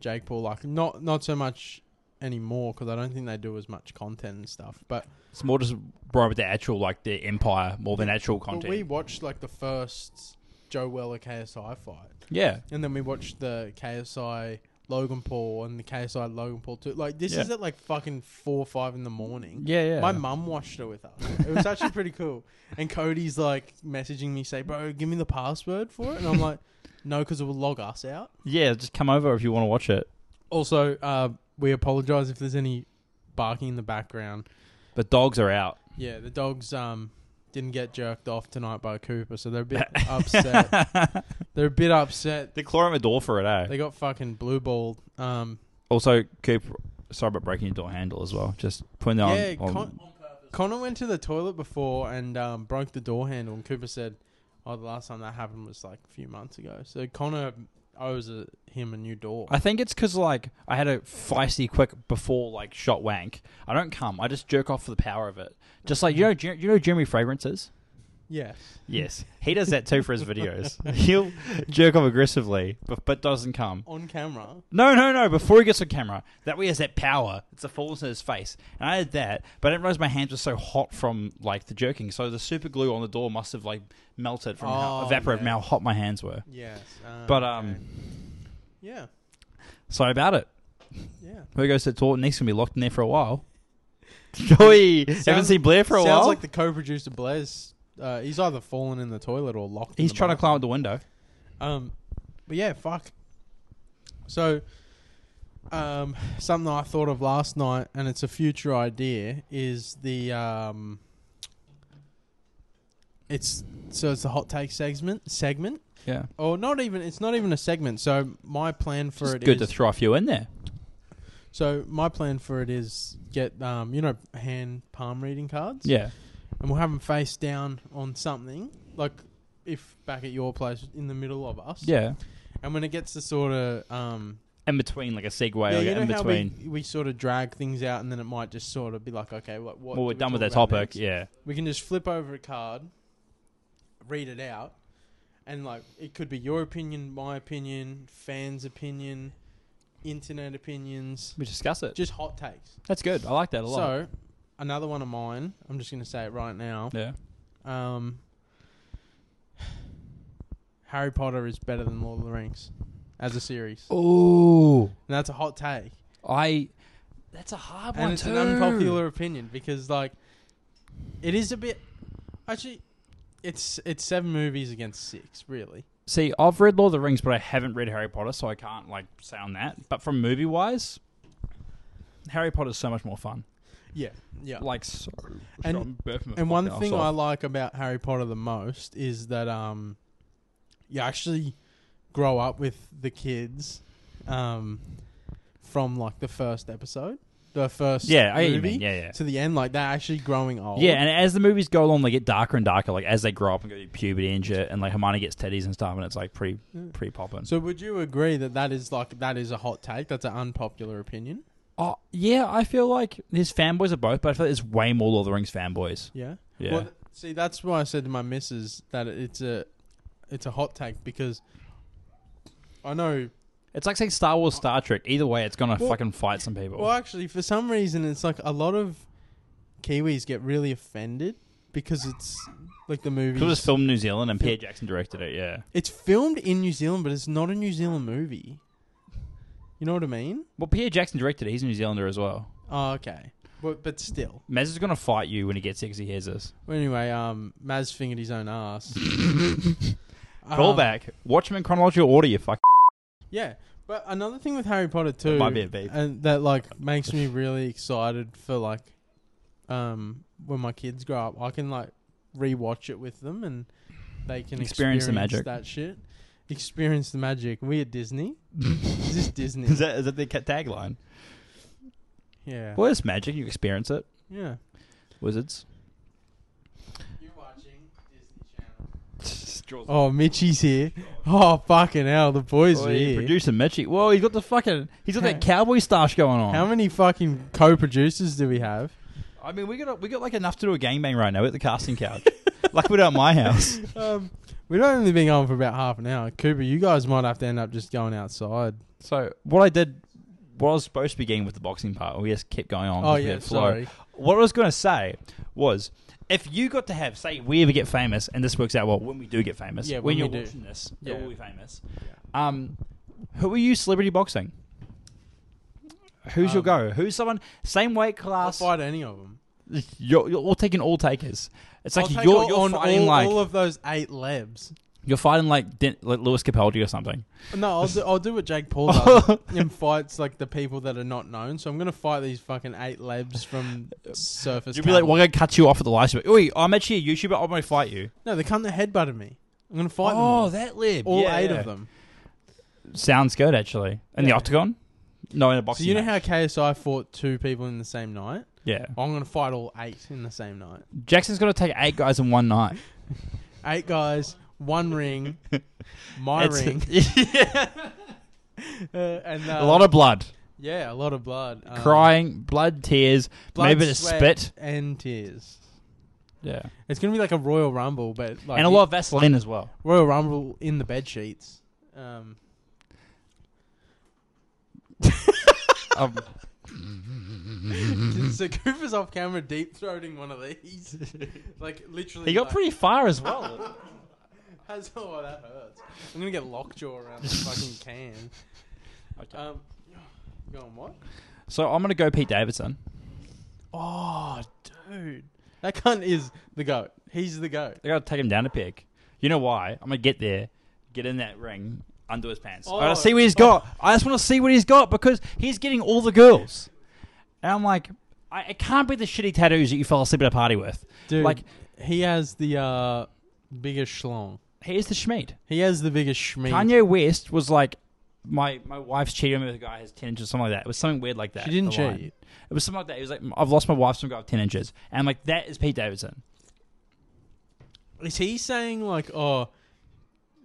B: Jake Paul. Like not not so much anymore because I don't think they do as much content and stuff. But
A: It's more just more with the actual like the empire more than actual
B: but
A: content.
B: we watched like the first Joe Weller KSI fight,
A: yeah.
B: and then we watched the KSI Logan Paul and the KSI Logan Paul too. Like this
A: Yeah.
B: is at like fucking four or five in the morning.
A: Yeah, yeah.
B: My mum watched it with us. It was actually pretty cool. And Cody's like messaging me, say, "Bro, give me the password for it," and I'm like, "No, because it will log us out."
A: yeah, just come over if you want to watch it.
B: Also, uh, we apologize if there's any barking in the background.
A: But dogs are out.
B: Yeah, the dogs um didn't get jerked off tonight by Cooper, so they're a bit upset. They're a bit upset.
A: They're clawing the door for it, eh?
B: They got fucking blue balled. Um,
A: Also, keep sorry about breaking your door handle as well. Just putting that
B: Yeah,
A: on. on
B: con-
C: On purpose.
B: Connor went to the toilet before and um, broke the door handle, and Cooper said, "Oh, the last time that happened was like a few months ago." So Connor owes a, him a new door.
A: I think it's because like I had a feisty quick before like shot wank. I don't come. I just jerk off for the power of it. Just like you know, Jer- you know Jeremy fragrances.
B: yes.
A: Yes, he does that too for his videos. He'll jerk off aggressively, but but doesn't come.
B: On camera.
A: No, no, no! Before he gets on camera, that way he has that power. It's a falls in his face, and I did that, but I didn't realize my hands were so hot from like the jerking. So the super glue on the door must have like melted from how
B: Oh,
A: evaporated from
B: yeah.
A: how hot my hands were.
B: Yes.
A: But, um,
B: okay. Yeah.
A: Sorry about it.
B: Yeah.
A: Who goes to the toilet next? Gonna be locked in there for a while. Joey, haven't
B: Sounds-
A: seen Blair for a
B: Sounds
A: while.
B: like the co-producer Blair's. Uh, he's either fallen in the toilet or locked. in
A: He's
B: the
A: trying to
B: bathroom.
A: climb up the window.
B: Um, but yeah, fuck. So, um, something I thought of last night, and it's a future idea, is the um, it's so it's the hot take segment segment,
A: Yeah,
B: or not even it's not even a segment. So my plan for
A: Just
B: it is
A: good to throw a few in there.
B: so my plan for it is get um, you know, hand palm reading cards,
A: Yeah,
B: and we'll have them face down on something like. If back at your place in the middle of us,
A: yeah.
B: and when it gets to sort of um,
A: In between, like a segue,
B: yeah,
A: like
B: you know
A: in
B: how
A: between.
B: we, we sort of drag things out, and then it might just sort of be like, okay, what? what
A: well, we're
B: do we
A: done with
B: talk
A: that
B: about
A: topic.
B: next?
A: Yeah,
B: We can just flip over a card, read it out, and like it could be your opinion, my opinion, fans' opinion, internet opinions,
A: we discuss it.
B: just hot takes.
A: That's good. I like that a lot.
B: So another one of mine. I'm just gonna say it right now.
A: yeah.
B: Um, Harry Potter is better than Lord of the Rings as a series.
A: Oh,
B: And that's a hot take.
A: I. That's a hard one
B: and it's
A: too.
B: an unpopular opinion because like it is a bit actually it's it's seven movies against six really
A: See, I've read Lord of the Rings, but I haven't read Harry Potter, so I can't like say on that. But from movie wise, Harry Potter's so much more fun.
B: yeah yeah
A: Like so.
B: And-
A: I'm burping my
B: and one
A: fucking
B: thing
A: ass
B: i
A: off.
B: like about harry potter the most is that um you actually grow up with the kids um from like the first episode the first
A: yeah, I get
B: movie
A: you mean. Yeah, yeah.
B: to the end like they're actually growing old
A: Yeah, and as the movies go along, they get darker and darker. Like as they grow up and go to puberty and shit, and like Hermione gets teddies and stuff, and it's like pretty,
B: Yeah.
A: pretty popping.
B: so would you agree that that is like that is a hot take that's an unpopular opinion
A: oh, yeah, I feel like there's fanboys of both, but I feel like there's way more Lord of the Rings fanboys.
B: yeah
A: Yeah,
B: Well, th- see, that's why I said to my missus that it- it's a it's a hot take because I know.
A: it's like saying Star Wars, Star Trek. Either way, it's gonna
B: Well-
A: fucking fight some people.
B: Well, actually, for some reason, it's like a lot of Kiwis get really offended because it's like the
A: It was
B: movies.
A: filmed in New Zealand, and Peter Jackson directed it. Yeah.
B: It's filmed in New Zealand, but it's not a New Zealand movie. You know what I mean?
A: Well, Peter Jackson directed it. He's a New Zealander as well.
B: Oh, okay. But but still,
A: Mez is gonna fight you when he gets sick because he hears this.
B: Well, anyway, um, Maz fingered his own ass.
A: Call
B: Um,
A: back. Watch him in chronological order. You fuck.
B: Yeah, but another thing with Harry Potter too,
A: might be a beep.
B: and that like makes me really excited for like, um, when my kids grow up, I can like rewatch it with them, and they can
A: Experience the magic.
B: That shit, experience the magic. We at Disney. Is this Disney?
A: Is that is that the tagline?
B: yeah.
A: Well, it's magic. You experience it.
B: Yeah.
A: Wizards.
B: You're watching Disney Channel.
A: Jaws.
B: Oh, Mitchy's here. Oh, fucking hell, the boys
A: Oh,
B: are
A: yeah,
B: here.
A: producer Mitchy. Whoa, he's got the fucking he's got that cowboy stash going on.
B: How many fucking co-producers do we have?
A: I mean, we got we got like enough to do a gangbang right now at the casting couch, like we do at my house.
B: Um, we've only been going for about half an hour. Cooper, you guys might have to end up just going outside.
A: So what I did, what I was supposed to be getting with the boxing part, we just kept going on.
B: Oh
A: because we
B: yeah,
A: had flow.
B: sorry.
A: What I was going to say was, if you got to have, say, we ever get famous, and this works out well when we do get famous,
B: Yeah,
A: when,
B: when
A: you're
B: we do.
A: watching this, yeah.
B: Yeah.
A: will be famous. Um, who are you celebrity boxing? Who's your
B: Um,
A: go? Who's someone same weight
B: I'll
A: class?
B: fight any of them.
A: You're, you're all taking all takers. It's like
B: I'll take
A: you're,
B: all-
A: you're
B: on
A: fighting
B: all,
A: like
B: all of those eight labs.
A: you're fighting like, Den- like Lewis Capaldi or something.
B: No, I'll do, I'll do what Jake Paul does and fights like the people that are not known. So I'm gonna fight these fucking eight labs from surface.
A: You'd be like,
B: cattle.
A: "Well, I'm gonna cut you off at the last bit." Oi, I'm actually a YouTuber. I'm gonna fight you.
B: no, they come that headbutted me. I'm gonna fight them
A: Oh,
B: all,
A: that lib.
B: all
A: Yeah,
B: eight
A: yeah.
B: of them.
A: Sounds good, actually. In the
B: Yeah.
A: octagon? No, in a
B: So
A: boxing.
B: you know
A: match.
B: how KSI fought two people in the same night?
A: Yeah.
B: I'm gonna fight all eight in the same night.
A: Jackson's gonna take eight guys in one night.
B: Eight guys, one ring, my
A: It's-
B: ring,
A: Yeah.
B: uh, and uh,
A: a lot of blood,
B: yeah, a lot of blood, um,
A: crying, blood, tears,
B: blood,
A: maybe a bit of
B: sweat,
A: spit.
B: and tears.
A: Yeah.
B: It's gonna be like a Royal Rumble, but like
A: and a lot of Vaseline as well.
B: Royal Rumble in the bed sheets. Um,
A: Um,
B: so Cooper's off camera, deep throating one of these, like literally.
A: he got
B: like,
A: pretty far as well.
B: That's oh, that hurts. I'm gonna get lockjaw around this fucking can. Um, go on what?
A: so I'm gonna go Pete Davidson.
B: Oh, dude, that cunt is the goat. He's the goat.
A: I gotta take him down a peg. You know why? I'm gonna get there, get in that ring, undo his pants. I
B: Oh.
A: gotta see what he's got. I just want to see what he's got because he's getting all the girls, and I'm like, I, it can't be the shitty tattoos that you fell asleep at a party with.
B: Dude,
A: Like-
B: like he has the uh, biggest schlong.
A: Here's the schmeat.
B: He has the biggest schmeat.
A: Kanye West was like, my my wife's cheating with a guy who has ten inches, or something like that. It was something weird like that.
B: She didn't
A: the line.
B: cheat.
A: It was something like that. He was like, I've lost my wife, so I'm going ten inches, and I'm like, that is Pete Davidson.
B: Is he saying like, oh,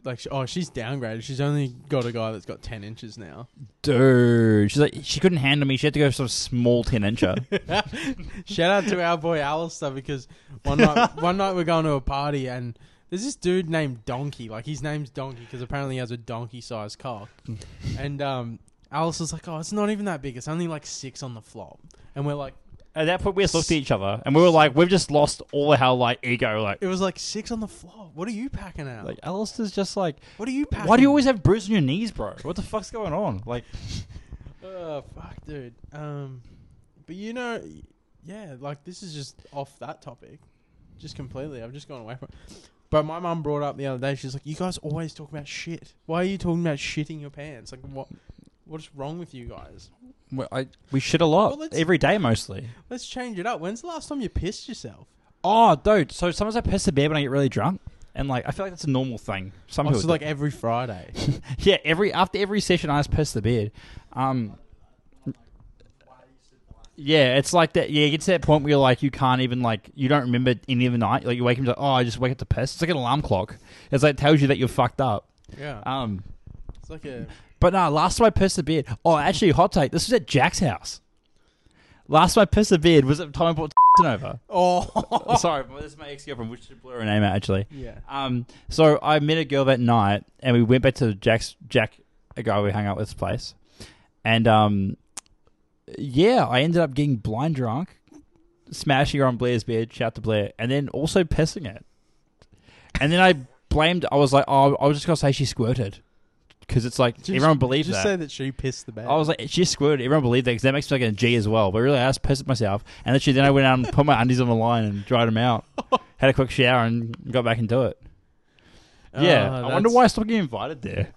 B: like sh- oh, she's downgraded. She's only got a guy that's got ten inches now.
A: Dude, she's like, she couldn't handle me. She had to go for some small ten incher.
B: Shout out to our boy Alistair because one night, one night we're going to a party and there's this dude named Donkey. Like his name's Donkey because apparently he has a donkey-sized cock. and um, Alistair's like, oh, it's not even that big. It's only like six on the flop. And we're like,
A: At that point, we just looked at each other and we were like, we've just lost all our like ego. Like,
B: it was like six on the flop. What are you packing out?
A: like Alistair's just like,
B: what are you packing?
A: why do you always have bruises on your knees, bro? What the fuck's going on? Like,
B: Oh fuck, dude. Um, but you know, yeah, like this is just off that topic, just completely. I've just gone away from. it. But my mum brought up the other day. She's like, "You guys always talk about shit. Why are you talking about shitting your pants? Like, what, what's wrong with you guys?
A: we, I, we shit a lot
B: Well, let's-
A: every day mostly.
B: Let's change it up. When's the last time you pissed yourself?
A: Oh, dude. So sometimes I piss the bed when I get really drunk, and like I feel like that's a normal thing. Some
B: Oh,
A: people,
B: so like every Friday.
A: do. yeah. Every after every session, I just piss the bed. Um, yeah, it's like that. Yeah, you get to that point where you're like, you can't even like, you don't remember any of the night. Like you wake up, you're like, oh, I just wake up to piss. It's like an alarm clock. It's like it tells you that you're fucked up.
B: yeah,
A: Um,
B: it's like a
A: but no, last time I pissed the bed. Oh, actually, hot take. This was at Jack's house. Last time I pissed the bed was at the time I brought over.
B: oh
A: Sorry, but this is my ex girlfriend. We should blur her name out actually.
B: yeah.
A: Um, so I met a girl that night, and we went back to Jack's Jack, a guy we hung out with, place, and um, yeah, I ended up getting blind drunk, smashing her on Blair's bed. Shout to Blair, and then also pissing it, and then I blamed. I was like, oh, I was just gonna say she squirted, because it's like everyone believes
B: Just
A: that.
B: say that she pissed the bed.
A: I was like, she squirted. Everyone believed that because that makes me like a G as well. But really, I just pissed at myself, and literally then I went out and put my undies on the line and dried them out. Had a quick shower and got back into it. Yeah,
B: Oh,
A: I wonder
B: that's-
A: why I stopped getting invited there.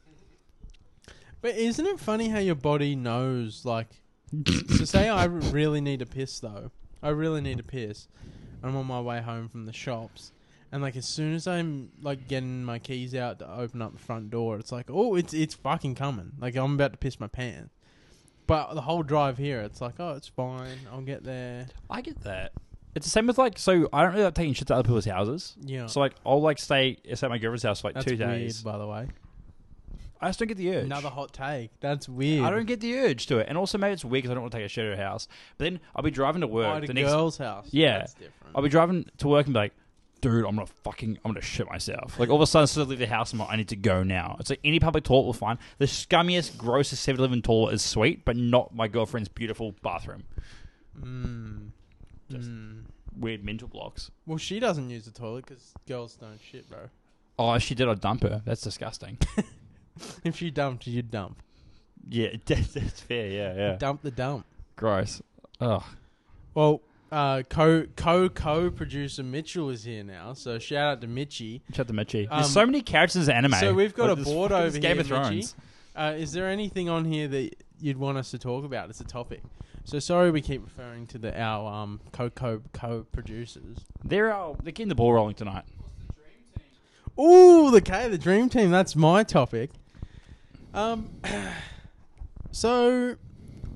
B: But isn't it funny how your body knows? Like, so say I really need a piss though. I really need a piss. I'm on my way home from the shops, and like as soon as I'm like getting my keys out to open up the front door, it's like, oh, it's it's fucking coming. Like I'm about to piss my pants. But the whole drive here, it's like, oh, it's fine. I'll get there.
A: I get that. It's the same with like so I don't really like taking shit to other people's houses.
B: Yeah.
A: So like I'll like stay it's at my girlfriend's house for like
B: That's
A: two
B: weird,
A: days.
B: by the way.
A: I just don't get the urge.
B: Another hot take. That's weird.
A: I don't get the urge to it, and also maybe it's weird because I don't want to take a shit at her house. But then I'll be driving to work
B: At a
A: the next.
B: girl's house.
A: Yeah.
B: That's different.
A: I'll be driving to work and be like, dude, I'm gonna fucking, I'm gonna shit myself. Like all of a sudden, instead of leave the house, I'm like, I need to go now. It's like any public toilet will find. The scummiest, grossest 7-Eleven toilet is sweet, but not my girlfriend's beautiful bathroom.
B: Mm.
A: Just-
B: Mm.
A: Weird mental blocks.
B: Well, she doesn't use the toilet because girls don't shit, bro.
A: Oh, if she did, I'd dump her. That's disgusting.
B: If she dumped, you dump.
A: yeah, that's, that's fair. Yeah, yeah.
B: Dump the dump.
A: Gross. Ugh.
B: Well, uh, co co co producer Mitchell is here now, so shout out to Mitchy.
A: Shut the Mitchie.
B: Um,
A: There's so many characters in anime.
B: so we've got a
A: this-
B: board
A: this
B: over
A: Game
B: here,
A: of Thrones.
B: Mitchie. Uh, is there anything on here that you'd want us to talk about as a topic? So sorry, we keep referring to the our um co co co producers.
A: They're all, they're getting the ball rolling tonight.
B: Ooh, the K, the dream team. That's my topic. Um, so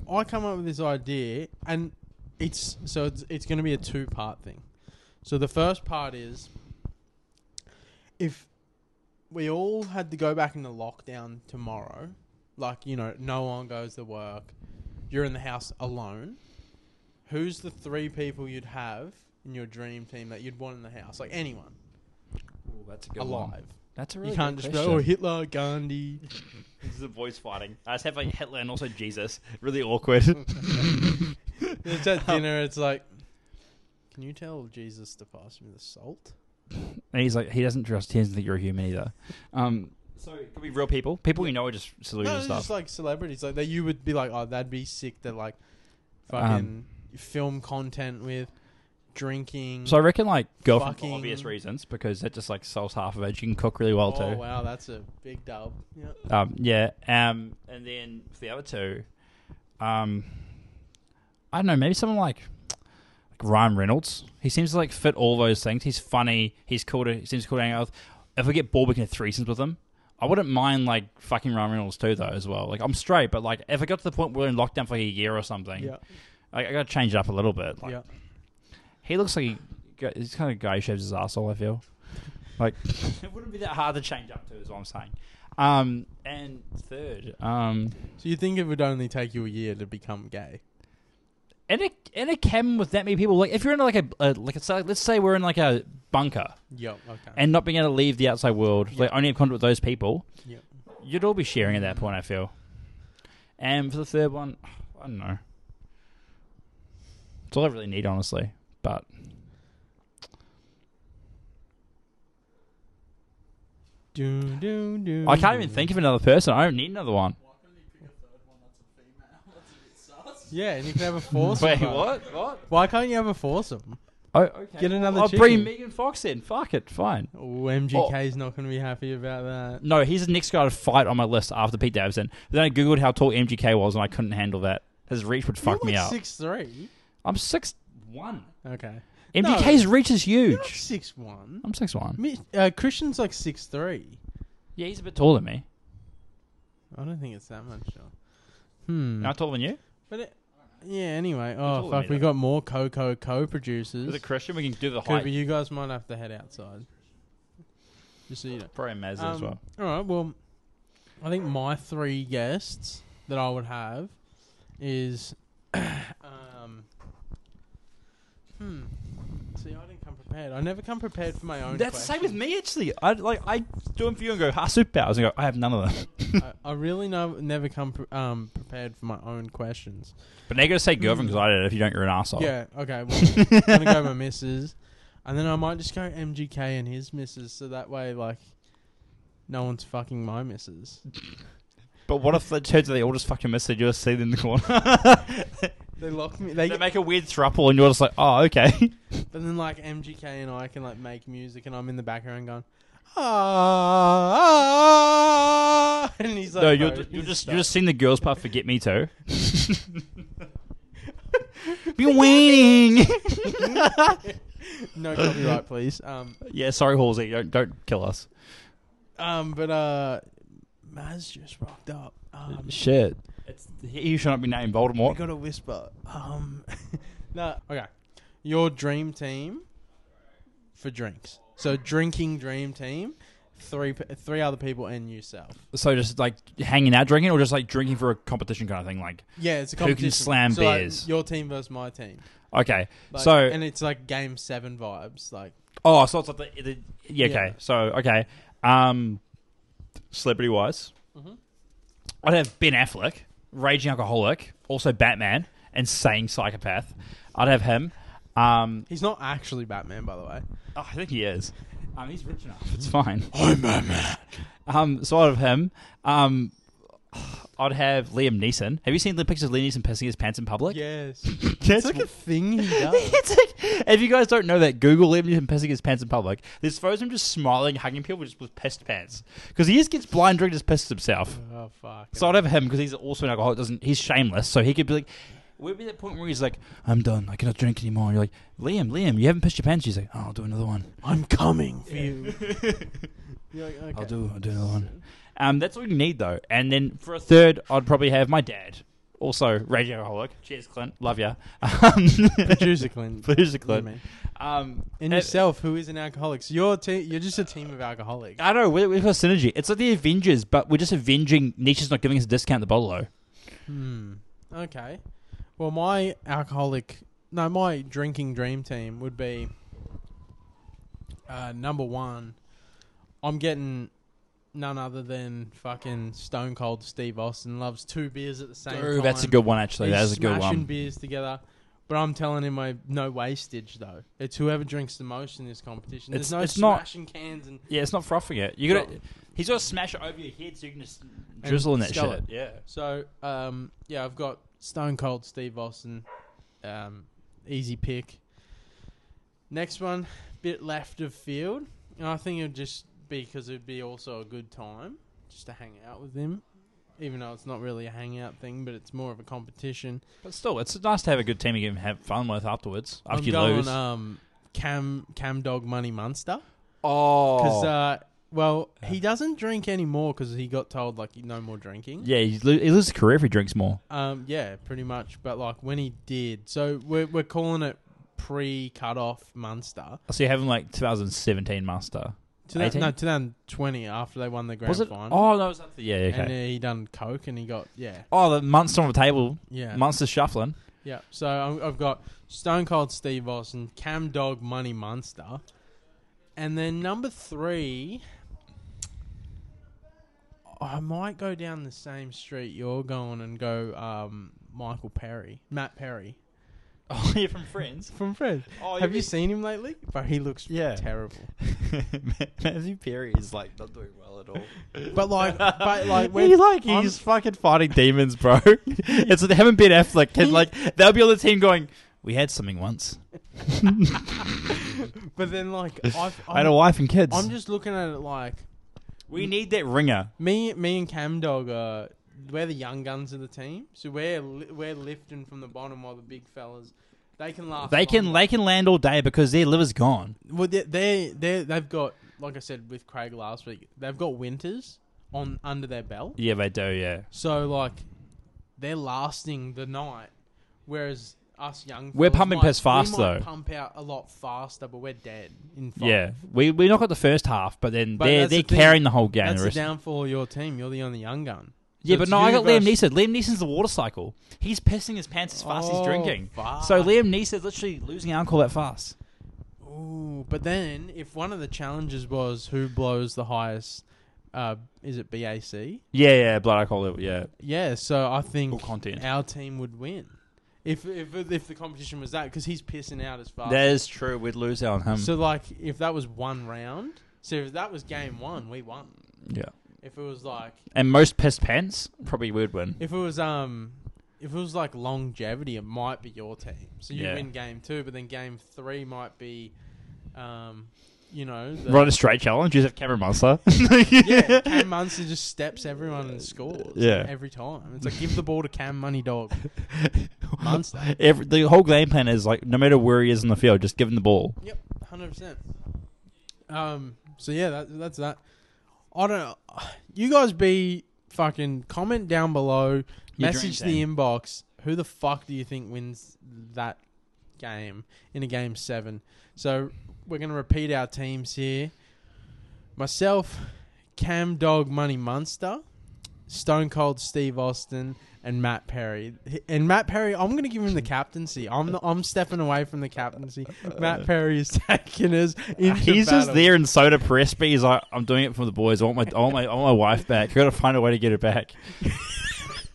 B: I come up with this idea, and it's so it's, it's going to be a two part thing. So the first part is if we all had to go back into lockdown tomorrow, like you know, no one goes to work, you're in the house alone. Who's the three people you'd have in your dream team that you'd want in the house? Like anyone
A: Ooh, that's a good
B: alive.
A: That's a really
B: you can't
A: good
B: just
A: question.
B: go, oh, Hitler, Gandhi.
A: This is a voice fighting. I just have like Hitler and also Jesus. Really awkward.
B: it's at dinner, it's like, can you tell Jesus to pass me the salt?
A: And he's like, he doesn't trust. He doesn't think you're a human either. Um, so it could be real people. People you know are just
B: no,
A: saluting
B: it's
A: stuff.
B: just like celebrities. Like that you would be like, oh, that'd be sick to like fucking
A: Um,
B: film content with, drinking.
A: so I reckon like girlfriend
B: Fucking-
A: for obvious reasons because that just like sells half of it. You can cook really well
B: oh,
A: too.
B: wow, that's a big dub. Yeah.
A: Um, yeah. Um, and then for the other two, um, I don't know. Maybe someone like like Ryan Reynolds. He seems to like fit all those things. He's funny. He's cool. To, he seems cool to hang out with. If we get bored, we can have threesomes with him. I wouldn't mind like fucking Ryan Reynolds too, though, as well. Like I'm straight, but like if I got to the point where we're in lockdown for like a year or something,
B: Yeah.
A: like, I got to change it up a little bit. Like
B: yeah.
A: he looks like he, got- he's the kind of guy who shaves his asshole. I feel like it wouldn't be that hard to change up to, is what I'm saying. Um, and third, um,
B: So you think it would only take you a year to become gay?
A: in a in a chem with that many people, like if you're in like a, a like it's like, let's say we're in like a bunker
B: Yep. Okay.
A: and not being able to leave the outside world,
B: Yeah.
A: like only have contact with those people,
B: Yep.
A: you'd all be sharing at that point. I feel. And for the third one, I don't know. It's all I really need, honestly. But
B: Do, do, do,
A: I can't even think of another person. I don't need another one.
C: Why couldn't he pick a third one that's a female? That's a bit sus.
B: Yeah, and you can have a foursome.
A: Wait,
B: bro.
A: what? What?
B: Why can't you have a foursome?
A: Oh, okay.
B: Get another
A: I'll bring
B: chicken.
A: Megan Fox in. Fuck it. Fine.
B: Oh, MGK's not going to be happy about that.
A: No, he's the next guy to fight on my list after Pete Davidson. But then I googled how tall MGK was, and I couldn't handle that. His reach would fuck me
B: You're like
A: up.
B: Six three.
A: I'm six one.
B: Okay.
A: MGK's reach is
B: You're not
A: huge.
B: six one.
A: I'm six one.
B: Uh, Christian's like six three.
A: Yeah, he's a bit taller than me.
B: I don't think it's that much. Though. Hmm.
A: Am I taller than you?
B: But it, yeah. Anyway.
A: all
B: Oh
A: we
B: fuck. We
A: need.
B: got more co co co producers.
A: With a Christian, we can do the
B: Cooper,
A: height.
B: you guys might have to head outside. Just so you know.
A: Probably Maz as
B: Um,
A: well.
B: All right. Well, I think my three guests that I would have is, um, hmm. See, I didn't come prepared. I never come prepared for my own.
A: That's the same with
B: question.
A: me actually. I like I do them for you and go, ha superpowers and go, I have none of them.
B: I, I really no, never come pre- um prepared for my own questions.
A: But now you gotta say girlfriend because I did it. If you don't, you're an asshole.
B: Mm. Yeah. Okay. Well, I'm gonna go my missus, and then I might just go MGK and his missus, so that way like. No one's fucking my missus.
A: But what if it turns out they all just fucking missed it? You just see them in the corner.
B: They locked me. They,
A: they make a weird thruple and you're just like, oh, okay.
B: But then like MGK and I can like make music and I'm in the background going ah, ah," and he's like
A: no, you're,
B: "Bro,
A: you're
B: this
A: just
B: sucks."
A: you're just seeing the girls part forget me too. Been waiting.
B: no copyright please um
A: yeah, sorry, Halsey. Don't don't kill us.
B: um but uh Maz just rocked up um
A: Shit. It's, he should not be named
B: we
A: Voldemort.
B: got a whisper um no okay your dream team for drinks. So drinking dream team, three p- three other people and yourself.
A: So just like hanging out drinking, or just like drinking for a competition kind of thing. Like
B: Yeah, it's a
A: Who can
B: competition.
A: slam
B: So, like,
A: beers?
B: your team versus my team.
A: okay,
B: Like,
A: so
B: and it's like game seven vibes. Like
A: oh, so it's like the, the yeah, okay,
B: Yeah.
A: so okay, um, celebrity wise,
B: Mhm.
A: I'd have Ben Affleck, raging alcoholic, also Batman, insane psychopath. I'd have him. Um,
B: he's not actually Batman, by the way.
A: Oh, I think he is. Um, he's rich enough. It's fine. I'm Batman. Um, so I'd have him. Um, I'd have Liam Neeson. Have you seen the pictures of Liam Neeson pissing his pants in public?
B: Yes,
A: That's
B: it's like a
A: what-
B: thing he does.
A: It's like- if you guys don't know that, Google Liam Neeson pissing his pants in public. There's photos of him just smiling, hugging people just with pissed pants because he just gets blind drunk, just pisses himself.
B: oh fuck!
A: So I'd have him because he's also an alcoholic. Doesn't he's shameless? So he could be like, we'd be at the point where he's like, "I'm done. I cannot drink anymore." And you're like, "Liam, Liam, you haven't pissed your pants." He's like, "Oh, I'll do another one."
B: I'm coming for you. You're like, okay.
A: I'll do. I'll do another one. Um, that's all you need though. And then for a third, I'd probably have my dad, also raging alcoholic. Cheers, Clint. Love ya. Um,
B: Producer Clint.
A: Producer
B: You know what I
A: Clint.
B: mean?
A: Um,
B: And
A: uh,
B: yourself, who is an alcoholic. So you're, te- you're just a team of alcoholics.
A: I don't know. We're, we've got synergy. It's like the Avengers, but we're just avenging. Nietzsche's not giving us a discount. at The Bolo.
B: Hmm. Okay. Well, my alcoholic, no, my drinking dream team would be uh, number one. I'm getting none other than fucking Stone Cold Steve Austin. Loves two beers at the same time.
A: Ooh, that's a good one actually.
B: He's
A: That is a good
B: smashing
A: one.
B: beers together. But I'm telling him, I no wastage though. It's whoever drinks the most in this competition.
A: It's-
B: There's no
A: it's not-
B: smashing cans and
A: yeah, it's not frothing it. You got to.
B: No.
A: He's got to smash it over your head so you can just drizzle in that shit.
B: scull it.
A: Yeah.
B: So, um, yeah, I've got Stone Cold Steve Austin. Um, easy pick. Next one, bit left of field. And I think it would just be because it would be also a good time just to hang out with him. Even though it's not really a hangout thing, but it's more of a competition.
A: But still, it's nice to have a good team you can have fun with afterwards. After
B: I'm
A: you
B: going
A: lose.
B: um Cam Cam Dog Money Munster.
A: oh.
B: Because, uh, well, he doesn't drink anymore because he got told, like, no more drinking.
A: yeah, he lo- he loses his career if he drinks more.
B: Um, yeah, pretty much. But like when he did, so we're we're calling it pre cut off Munster.
A: So you have him like 2017 master.
B: To that,
A: 18?
B: no, 2020 after they won the grand
A: was it?
B: final.
A: Oh, no, it was up to, yeah, yeah,
B: And
A: okay.
B: uh, he done coke and he got yeah
A: oh, the monster on the table.
B: yeah
A: Monster shuffling.
B: yeah. So I'm, I've got Stone Cold Steve Austin, Cam Dog Money Munster, and then number three. I might go down the same street you're going and go um, Michael Perry, Matt Perry
A: Oh, yeah, from Friends.
B: from Fred.
A: Oh,
B: Have you seen him lately? But he looks
A: Yeah.
B: terrible.
A: Matthew Perry is like not doing well at all.
B: But like, but like, when
A: He's like
B: I'm-
A: he's fucking fighting demons, bro. it's they haven't been Affleck. And like they'll be on the team going, "We had something once.
B: but then like, I've,
A: I had a
B: I'm,
A: wife and kids.
B: I'm just looking at it like
A: we need that ringer.
B: me, me and Cam Dog are we're the young guns of the team, so we're li- we're lifting from the bottom while the big fellas they can laugh.
A: They can they can land all day because their liver's gone.
B: Well, they they they they've got like I said with Craig last week, they've got winters on under their belt.
A: Yeah, they do. Yeah,
B: So like, they're lasting the night, whereas us young
A: We're
B: fellas
A: pumping
B: might-
A: piss fast,
B: we might
A: though.
B: Pump out a lot faster, but we're dead in five.
A: yeah. We we knock out the first half, but then
B: But
A: they're
B: that's the
A: they're
B: thing.
A: carrying the whole game.
B: that's
A: the
B: the
A: rest
B: downfall of your team. You're the only young gun.
A: Yeah,
B: So
A: but
B: it's
A: no, I
B: you
A: got Liam
B: versus-
A: Neeson. Liam Neeson's the water cycle. He's pissing his pants as fast as he's
B: Oh,
A: drinking.
B: fuck.
A: So Liam Neeson's literally losing alcohol that fast.
B: Ooh, but then if one of the challenges was who blows the highest, uh, is it BAC?
A: Yeah, yeah, blood alcohol level. Yeah,
B: Yeah, so I
A: Or
B: think
A: content.
B: our team would win. If, if if the competition was that, because he's pissing out as fast.
A: that is true. We'd lose out on him.
B: so like, if that was one round, so if that was game one, we won.
A: yeah,
B: If it was like,
A: and most pissed pants probably would win.
B: if it was um, if it was like longevity, it might be your team. So you
A: Yeah.
B: win game two, but then game three might be, um, you know, the,
A: Run a straight challenge. Is it Cameron Munster?
B: yeah, Cam Munster just steps everyone and scores.
A: Yeah.
B: every time. It's like give the ball to Cam Money Dog Munster.
A: Every, the whole game plan is like, no matter where he is in the field, just give him the ball.
B: Yep, hundred percent. Um. So yeah, that, that's that. I don't know. You guys be fucking comment down below,
A: Your
B: message
A: dream
B: the inbox. Who the fuck do you think wins that game in a game seven. So we're going to repeat our teams here. Myself, Cam Dog Money Munster, Stone Cold Steve Austin, and Matt Perry. And Matt Perry, I'm going to give him the captaincy. I'm I'm stepping away from the captaincy. Matt Perry is taking us into
A: He's just
B: battle.
A: there in soda press, but he's like, I'm doing it for the boys. I want my, I want my, I want my wife back. I got to find a way to get her back.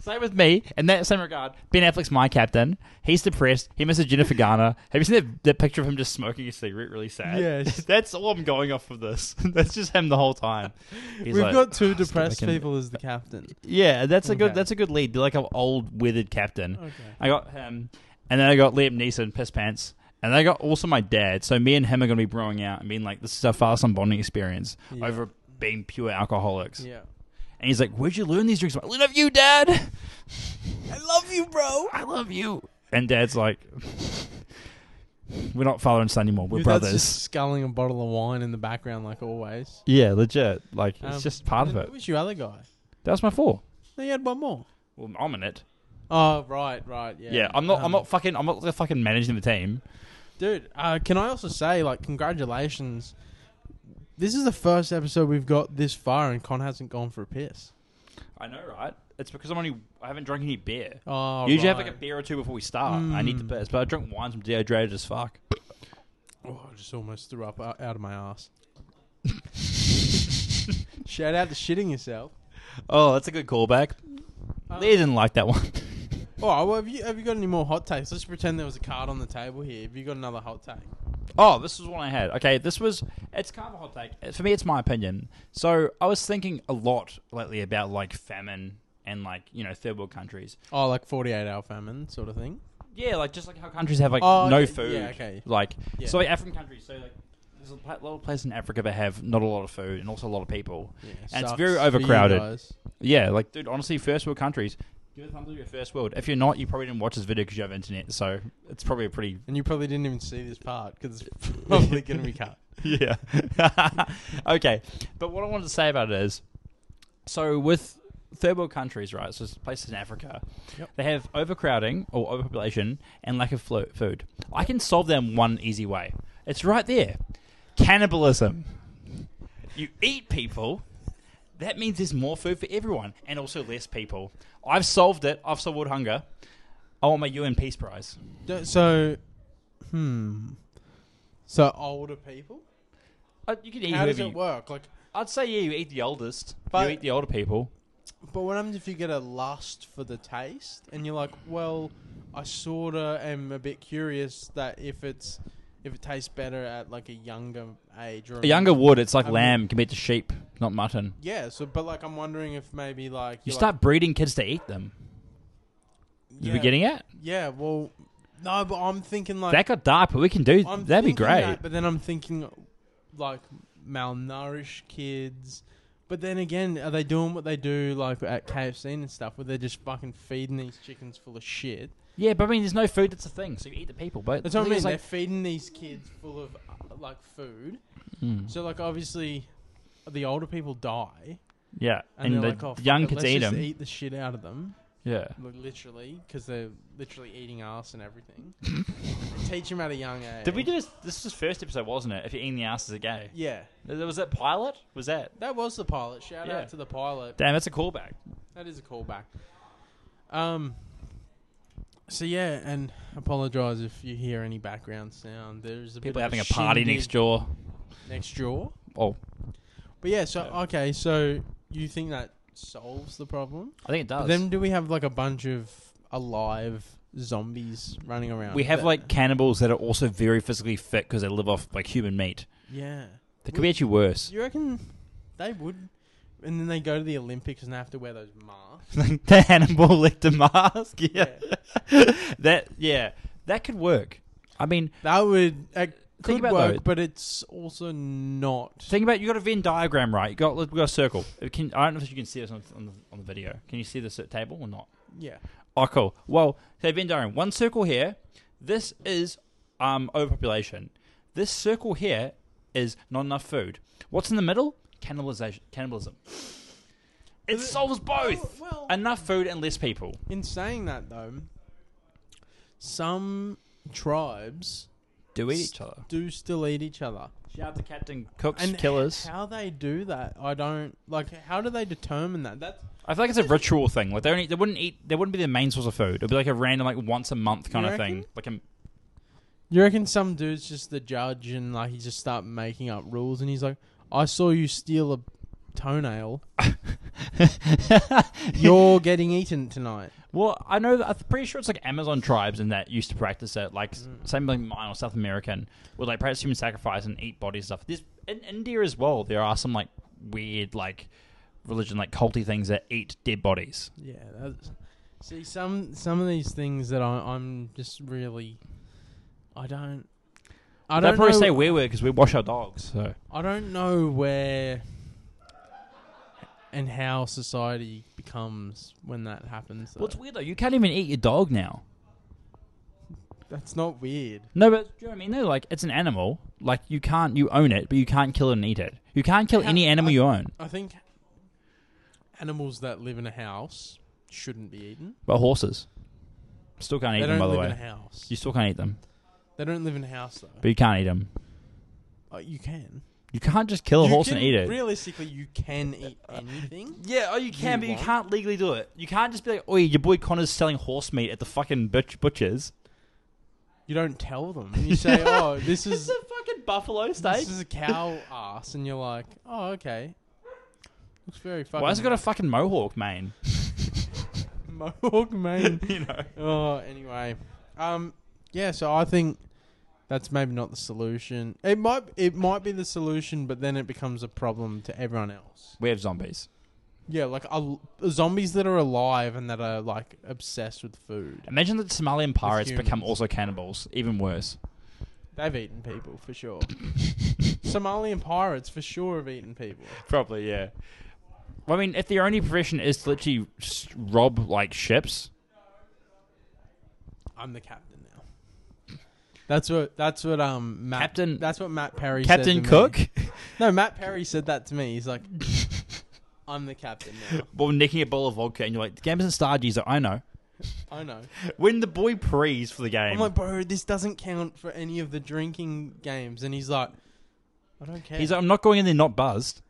A: same with me. In that same regard, Ben Affleck's my captain. He's depressed. He misses Jennifer Garner. Have you seen that, that picture of him just smoking a cigarette, really sad?
B: Yes.
A: That's all I'm going off of this. That's just him the whole time. He's
B: We've
A: like,
B: got two
A: "Oh, Steve, I
B: depressed
A: can-"
B: people as the captain.
A: Yeah, that's a good.
B: Okay.
A: That's a good lead. They're like an old, withered captain.
B: Okay.
A: I got him, and then I got Liam Neeson, piss pants, and I got also my dad. So me and him are going to be broing out and being like, "This is our fast on bonding experience
B: Yeah.
A: over being pure alcoholics."
B: Yeah.
A: And he's like, "Where'd you learn these drinks?" I'm like, "I love you, Dad. I love you, bro. I love you." And Dad's like, "We're not father and son anymore. We're
B: Dude,
A: brothers."
B: That's just sculling a bottle of wine in the background, like always.
A: Yeah, legit. Like
B: Um,
A: it's just part of
B: Who
A: it.
B: was your other guy?
A: That was my four.
B: No, you had one more.
A: Well, I'm in it.
B: Oh, right, right, yeah.
A: Yeah, I'm not. I'm
B: Um,
A: not fucking. I'm not fucking managing the team.
B: Dude, uh, can I also say, like, congratulations. This is the first episode we've got this far, and Con hasn't gone for a piss.
A: I know, right? It's because I'm only. I haven't drunk any beer.
B: Oh,
A: Usually, have
B: right.
A: like a beer or two before we start. I need to
B: Mm.
A: piss, but I drink wine. I'm dehydrated as fuck.
B: Oh, I just almost threw up out, out of my ass. Shout out to shitting yourself.
A: Oh, that's a good callback.
B: Uh,
A: they didn't like that one.
B: All right, Oh, well, have you have you got any more hot takes? Let's pretend there was a card on the table here. Have you got another hot take?
A: Oh, this is one I had. Okay, this was it's kind of a hot take. Uh, For me, it's my opinion. So I was thinking a lot lately about like famine and like you know third world countries.
B: Oh, like forty-eight hour famine sort of thing.
A: Yeah, like just like how countries have like
B: Oh,
A: no
B: okay.
A: food.
B: Yeah, okay.
A: Like
B: Yeah.
A: so, like African countries. So like there's a pla- lot of places in Africa that have not a lot of food and also a lot of people.
B: Yeah,
A: And it's
B: sucks
A: very
B: for you
A: overcrowded.
B: guys.
A: Yeah, like dude, honestly, first world countries. Give a thumbs up to your first world. If you're not, you probably didn't watch this video because you have internet. So it's probably a pretty
B: And you probably didn't even see this part because it's probably going to be cut.
A: yeah. okay. But what I wanted to say about it is so with third world countries, right? So it's places in Africa.
B: Yep.
A: They have overcrowding or overpopulation and lack of flo- food. I can solve them one easy way. It's right there. Cannibalism. You eat people. That means there's more food for everyone and also less people. I've solved it. I've solved world hunger. I want my UN Peace Prize.
B: D- So, hmm. So older people.
A: Uh, you can eat
B: How does
A: whoever
B: it
A: you,
B: work? Like,
A: I'd say yeah, you eat the oldest.
B: But-
A: you eat the older people.
B: but what happens if you get a lust for the taste and you're like, well, I sorta am a bit curious that if it's if it tastes better at like a younger age or
A: A younger wood, it's like
B: I mean-
A: lamb compared to sheep, not mutton.
B: Yeah. So, but like, I'm wondering if maybe like
A: You
B: you're
A: start breeding kids to eat them.
B: Like,
A: Is we getting it?
B: Yeah. Well, no, but I'm thinking like
A: That got dark, but we can do.
B: I'm
A: that'd be
B: thinking
A: great.
B: that, but then I'm thinking like malnourished kids. But then again, are they doing what they do like at KFC and stuff, where they're just fucking feeding these chickens full of shit?
A: yeah, but I mean, there's no food. That's a thing. So you eat the people. But
B: That's what I
A: the
B: mean.
A: thing is,
B: they're feeding these kids full of uh, like food.
A: Mm.
B: So like obviously, the older people die,
A: yeah,
B: and,
A: and, the
B: they're like, oh, fuck
A: young
B: it,
A: kids
B: let's
A: eat
B: just
A: them.
B: eat the shit out of them,
A: Yeah,
B: like, literally, because they're literally eating ass and everything. They teach them at a young age.
A: did we do this? This was first episode, wasn't it? If you're eating the ass as a gay,
B: Yeah,
A: was that pilot? Was that?
B: that was the pilot. Shout
A: Yeah.
B: out to the pilot.
A: Damn, that's a callback.
B: That is a callback. Um. So yeah, and apologise if you hear any background sound. There's a bit
A: People
B: of
A: having a party
B: shindig
A: next door.
B: Next door.
A: Oh,
B: But yeah, so
A: Yeah.
B: okay, so you think that solves the problem?
A: I think it
B: But
A: does.
B: then do we have like a bunch of alive zombies running around?
A: we have
B: that-
A: like cannibals that are also very physically fit because they live off like human meat.
B: yeah.
A: They could be actually worse.
B: Do you reckon they would? And then they go to the Olympics and they have to wear those masks.
A: the Hannibal Lecter mask. Yeah, that yeah, that could work. I mean,
B: That would that could
A: about
B: work,
A: those.
B: but it's also not.
A: think about you got a Venn diagram, right? You got we got a circle. It can, I don't know if you can see this on, on the on the video. Can you see this at table or not?
B: yeah.
A: Oh, cool. Well, so Venn diagram. One circle here. This is um overpopulation. This circle here is not enough food. What's in the middle? Cannibalization. Cannibalism. It solves both.
B: Well, well-
A: Enough food and less people.
B: In saying that, though, some tribes
A: Do eat
B: s-
A: each other.
B: do still eat each other.
A: Shout out to Captain Cook's
B: And
A: killers.
B: h- how they do that, I don't like. How do they determine that? That's
A: I feel like it's a ritual thing. Like they don't eat, they wouldn't eat. They wouldn't be their main source of food. It'd be like a random, like once a month kind
B: You
A: of
B: reckon?
A: thing. Like um, a
B: you reckon some dude's just the judge and like he just start making up rules and he's like, I saw you steal a toenail. You're getting eaten tonight.
A: Well, I know that I'm pretty sure it's like Amazon tribes and that used to practice it, like s- same like mine or South American, would like practice human sacrifice and eat bodies and stuff. This in India as well, there are some like weird like religion like culty things that eat dead bodies.
B: Yeah. That's, see some some of these things that I, I'm just really, I don't. I
A: They'll
B: don't
A: probably
B: know,
A: say we were because we wash our dogs. So
B: I don't know where and how society becomes when that happens.
A: well, it's
B: though.
A: weird though. You can't even eat your dog now.
B: That's not weird.
A: No, but do you know what I mean? though? like it's an animal. Like you can't you own it, but you can't kill it and eat it. You can't kill
B: How-
A: any animal
B: I-
A: you own.
B: I think animals that live in a house shouldn't be eaten.
A: But horses, still can't eat
B: They
A: them.
B: don't
A: By the
B: live in a
A: way,
B: house.
A: you still can't eat them,
B: They don't live in a house though.
A: but you can't eat them.
B: Uh, you can.
A: You can't just kill a
B: You
A: horse
B: can-
A: and eat it.
B: Realistically, you can eat anything.
A: Yeah, oh, you can,
B: You
A: but you
B: won't.
A: can't legally do it. You can't just be like, "Oh, your boy Connor's selling horse meat at the fucking butch- butchers."
B: You don't tell them. You say, "Oh, this is
A: a fucking buffalo
B: this is a cow ass," and you're like, "Oh, okay." Looks very fucking.
A: Why has it got a fucking mohawk, man?
B: mohawk, man?
A: you know.
B: Oh, anyway, um, yeah. So I think that's maybe not the solution. It might it might be the solution, but then it becomes a problem to everyone else.
A: We have zombies.
B: Yeah, like al- zombies that are alive and that are like obsessed with food.
A: Imagine that Somalian pirates become
B: humans.
A: also cannibals. Even worse.
B: They've eaten people for sure. Somalian pirates for sure have eaten people.
A: Probably, yeah. Well, I mean, if their only profession is to literally s- rob like ships,
B: I'm the captain now. That's what that's what um Matt,
A: Captain-
B: That's what Matt Perry said
A: Captain
B: to me.
A: Cook,
B: No, Matt Perry said that to me. He's like, I'm the captain now.
A: well, nicking a bottle of vodka, and you're like, "The game isn't started." He's like, "I know."
B: I know.
A: When the boy prees for the game,
B: I'm like, bro, this doesn't count for any of the drinking games. And he's like, I don't care.
A: he's like, "I'm not going in there not buzzed."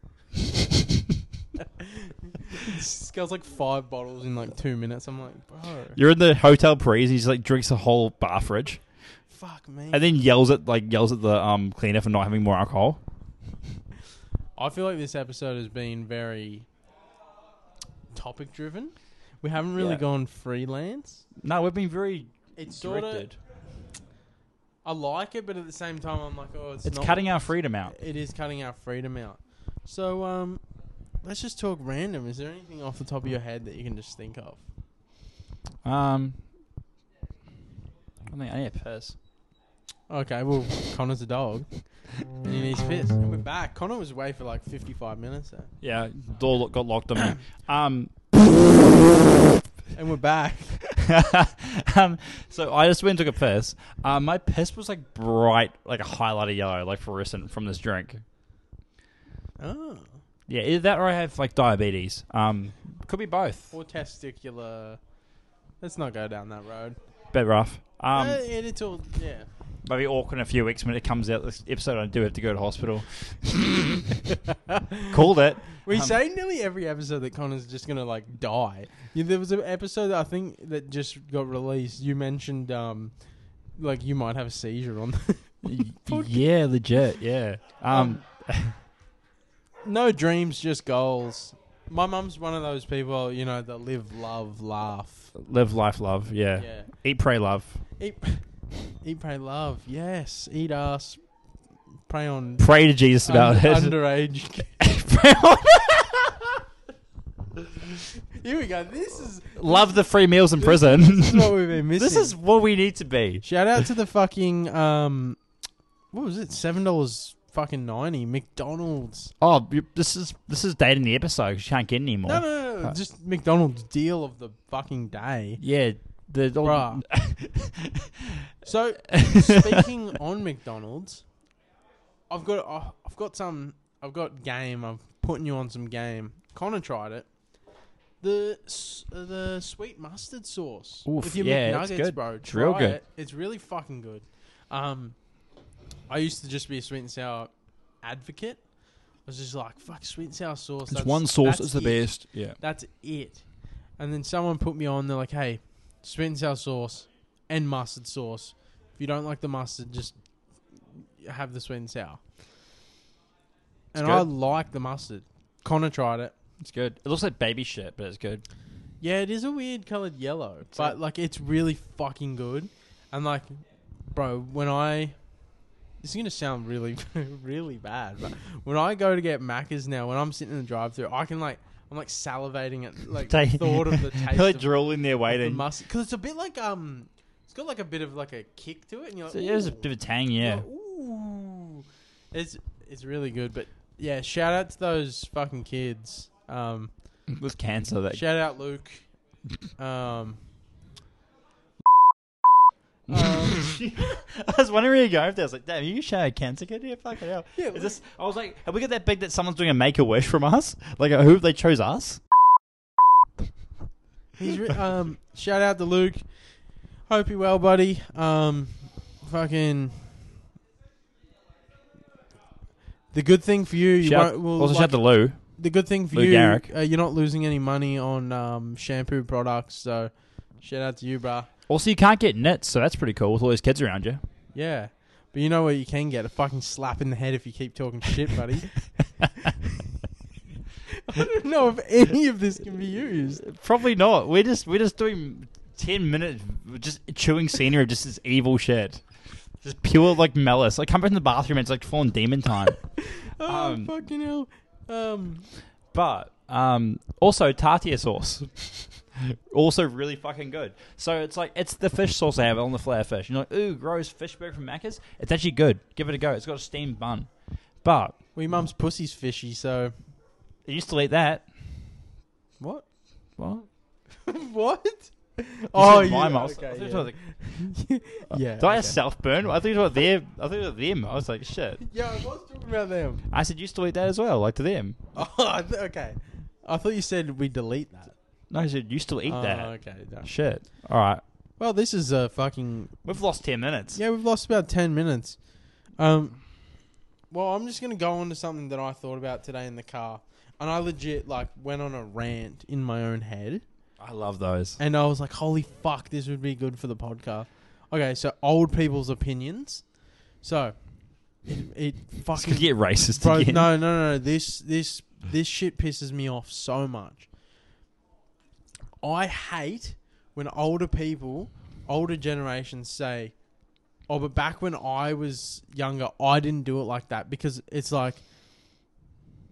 B: scales like five bottles in like two minutes. I'm like, bro,
A: You're in the hotel breeze. He just like drinks a whole bar fridge,
B: fuck me.
A: and then yells at like yells at the um cleaner for not having more alcohol.
B: I feel like this episode has been very topic driven. We haven't really
A: Yeah.
B: gone freelance.
A: No, we've been very
B: It's sort of. I like it, but at the same time, I'm like, oh, it's,
A: It's
B: not-
A: cutting our freedom out.
B: It is cutting our freedom out. So, um, let's just talk random. Is there anything off the top of your head that you can just think of?
A: Um, I think I need a piss.
B: Okay, well, Connor's a dog. and he needs piss. And we're back. Connor was away for like 55 minutes there.
A: Yeah, door lo- got locked on me. Um,
B: And we're back.
A: um, so I just went and took a piss. Um, my piss was like bright, like a highlighter yellow, like fluorescent from this drink.
B: Oh.
A: Yeah, either that or I have like diabetes. Um, could be both.
B: Or testicular. Let's not go down that road.
A: Bit rough. Um,
B: Um, it, it's all, yeah.
A: Maybe awkward in a few weeks when it comes out. This episode, I do have to go to hospital. Called it.
B: We
A: Um,
B: say nearly every episode that Connor's just gonna like die. Yeah, there was an episode that I think that just got released. You mentioned um, like you might have a seizure on.
A: y- Yeah, legit. Yeah. Um,
B: no dreams, just goals. My mum's one of those people, you know, that live, love, laugh.
A: live life, love. Yeah.
B: Yeah.
A: Eat, pray, love.
B: Eat, eat, pray, love. Yes. Eat us. Pray on
A: Pray to Jesus about
B: un-
A: it.
B: underage.
A: Pray on-
B: Here we go. This is
A: love the free meals in
B: this is what
A: prison.
B: we've been missing.
A: this is what we need to be.
B: Shout out to the fucking um, what was it? Seven dollars fucking ninety McDonald's.
A: Oh, you- this is this is dating the episode. 'cause You can't get any more.
B: No, no, no, no,
A: Uh,
B: just McDonald's deal of the fucking day.
A: Yeah. The, the-
B: Bruh. So speaking on McDonald's, I've got oh, I've got some I've got game. I'm putting you on some game. Connor tried it. The s- uh, the sweet mustard sauce.
A: Oof,
B: if you
A: yeah,
B: make
A: it's
B: nuggets,
A: good.
B: bro,
A: It's real
B: try
A: good.
B: It. It's really fucking good. Um, I used to just be a sweet and sour advocate. I was just like, fuck, sweet and sour sauce.
A: It's
B: that's-
A: one sauce.
B: that's
A: It's the
B: it.
A: best. Yeah.
B: That's it. And then someone put me on. They're like, hey, sweet and sour sauce and mustard sauce. If you don't like the mustard, just have the sweet and sour. and
A: good.
B: I like the mustard. Connor tried it.
A: It's good. It looks like baby shit, but it's good.
B: Yeah, it is a weird colored yellow, but
A: a-
B: like it's really fucking good. And like, bro, when I this is gonna sound really, really bad, but when I go to get Macca's now, when I'm sitting in the drive-through, I can like I'm like salivating at like the thought of the taste
A: You're like
B: of
A: drooling there
B: the
A: waiting.
B: mustard because it's a bit like um, it's got like a bit of like a kick to it, and you're like,
A: So, yeah, there's a
B: "Ooh."
A: bit of a tang, yeah.
B: You're like, ooh, it's it's really good, but yeah, shout out to those fucking kids. Um,
A: With cancer, that
B: Shout out Luke. Um,
A: I was wondering where you going with that. I was like, damn, you shout out cancer kid here? Fucking hell.
B: Yeah,
A: Is this, I was like, have we got that big that someone's doing a make a wish from us? Like, uh, who they chose us?
B: he's re- um, shout out to Luke. Hope you well, buddy. Um, fucking. The good thing for you, you
A: Shout-
B: won't, well,
A: also,
B: like,
A: shout out to Lou.
B: the good thing for
A: Lou
B: you,
A: Garrick.
B: Uh, you're not losing any money on um, shampoo products. So, shout out to you, bruh.
A: Also, you can't get nits, so that's pretty cool with all these kids around you.
B: Yeah, but you know what you can get a fucking slap in the head if you keep talking shit, buddy. I don't know if any of this can be used.
A: Probably not. We're just we're just doing ten minutes, just chewing scenery of just this evil shit, just pure like malice. Like come back in the bathroom, and it's like full on demon time.
B: Oh
A: Um,
B: fucking hell! Um,
A: but um, also tartar sauce, also really fucking good. So it's like it's the fish sauce they have on the flare fish. You're like, ooh, gross fish burger from Macca's. It's actually good. Give it a go. It's got a steamed bun, but
B: well, your mum's pussy's fishy, so
A: I used to eat that.
B: what?
A: What?
B: what?
A: said my mum. I was- I
B: okay,
A: was
B: yeah.
A: like,
B: yeah.
A: Did I
B: okay.
A: self burn? I think it was their. I think it was them. I was like, shit.
B: Yeah, I was talking about them.
A: I said, you still eat that as well, like to them.
B: Oh, I th- okay. I thought you said we delete that.
A: No, I said, you still eat
B: Oh,
A: that.
B: Okay. no.
A: Shit. All right.
B: Well, this is a fucking
A: We've lost 10 minutes.
B: Yeah, we've lost about ten minutes. Um, well, I'm just gonna go on to something that I thought about today in the car, and I legit like went on a rant in my own head,
A: I love those.
B: and I was like, "Holy fuck, this would be good for the podcast." Okay, so old people's opinions. So it, it
A: It's going
B: fucking
A: to get racist
B: bro,
A: again.
B: no, no, no. This this this shit pisses me off so much. I hate when older people, older generations say, "Oh, but back when I was younger, I didn't do it like that." Because it's like,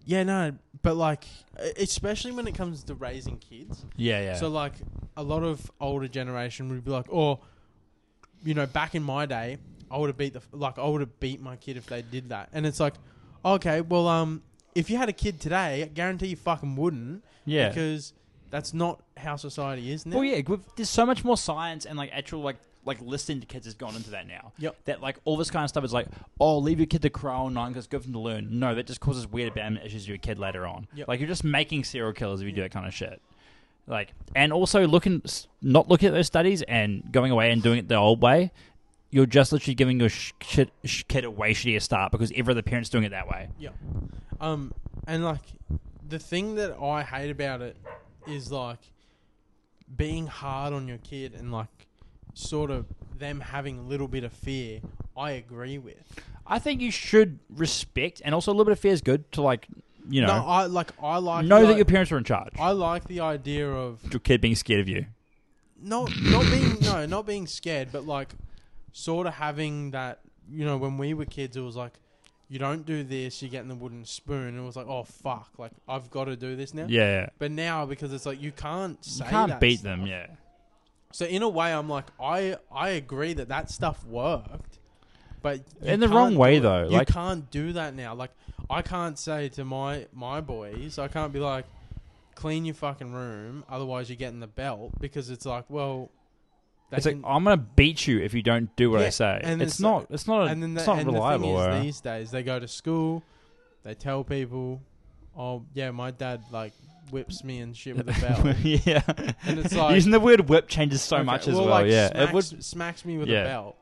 B: yeah, no, but like, e-, especially when it comes to raising kids.
A: Yeah, yeah.
B: So
A: So,
B: like a lot of older generation would be like, oh, you know, back in my day, I would have beat the like I would have beat my kid if they did that. And it's like, okay, well, um, if you had a kid today, I guarantee you fucking wouldn't.
A: yeah.
B: Because that's not how society is now.
A: well, yeah, we've, there's so much more science and like actual like like listening to kids has gone into that now.
B: Yep.
A: That like all this kind of stuff is like, oh, leave your kid to cry all night because good for them to learn. No, that just causes weird abandonment issues to your kid later on.
B: Yep.
A: Like you're just making serial killers if you do that kind of shit. Like, and also looking, s- not looking at those studies and going away and doing it the old way, you're just literally giving your sh- shit, sh- kid a way shittier start because every other parent's doing it that way.
B: Yeah. Um, and like the thing that I hate about it is like being hard on your kid and like sort of them having a little bit of fear. I agree with.
A: I think you should respect, and also a little bit of fear is good to like, you
B: No,
A: know,
B: I like I like
A: know
B: the
A: that
B: i-
A: your parents are in charge.
B: I like the idea of
A: your kid being scared of you.
B: not not being no, not being scared, but like sort of having that you know, when we were kids it was like you don't do this, you're getting the wooden spoon. And it was like, oh fuck, like I've got to do this now.
A: Yeah,
B: But now because it's like you can't
A: you
B: say
A: can't
B: that
A: beat
B: stuff.
A: them. Yeah,
B: So in a way, I'm like, I I agree that that stuff worked, but you
A: In the
B: can't
A: wrong
B: do
A: way,
B: it.
A: though,
B: You
A: like-
B: can't do that now. Like I can't say to my my boys, I can't be like, clean your fucking room, otherwise you're getting the belt because it's like, well, they
A: it's like
B: can-
A: I'm gonna beat you if you don't do what
B: Yeah,
A: I say.
B: and
A: it's
B: it's
A: not.
B: like-
A: it's not. A,
B: and then the,
A: it's not
B: and
A: reliable.
B: The thing
A: uh,
B: is, these days they go to school, they tell people, oh yeah, my dad like whips me and shit with a belt.
A: yeah,
B: And it's like-
A: using the word whip changes so
B: Okay,
A: much as
B: or,
A: well.
B: like,
A: yeah,
B: smacks,
A: it would,
B: smacks me with
A: Yeah.
B: a belt.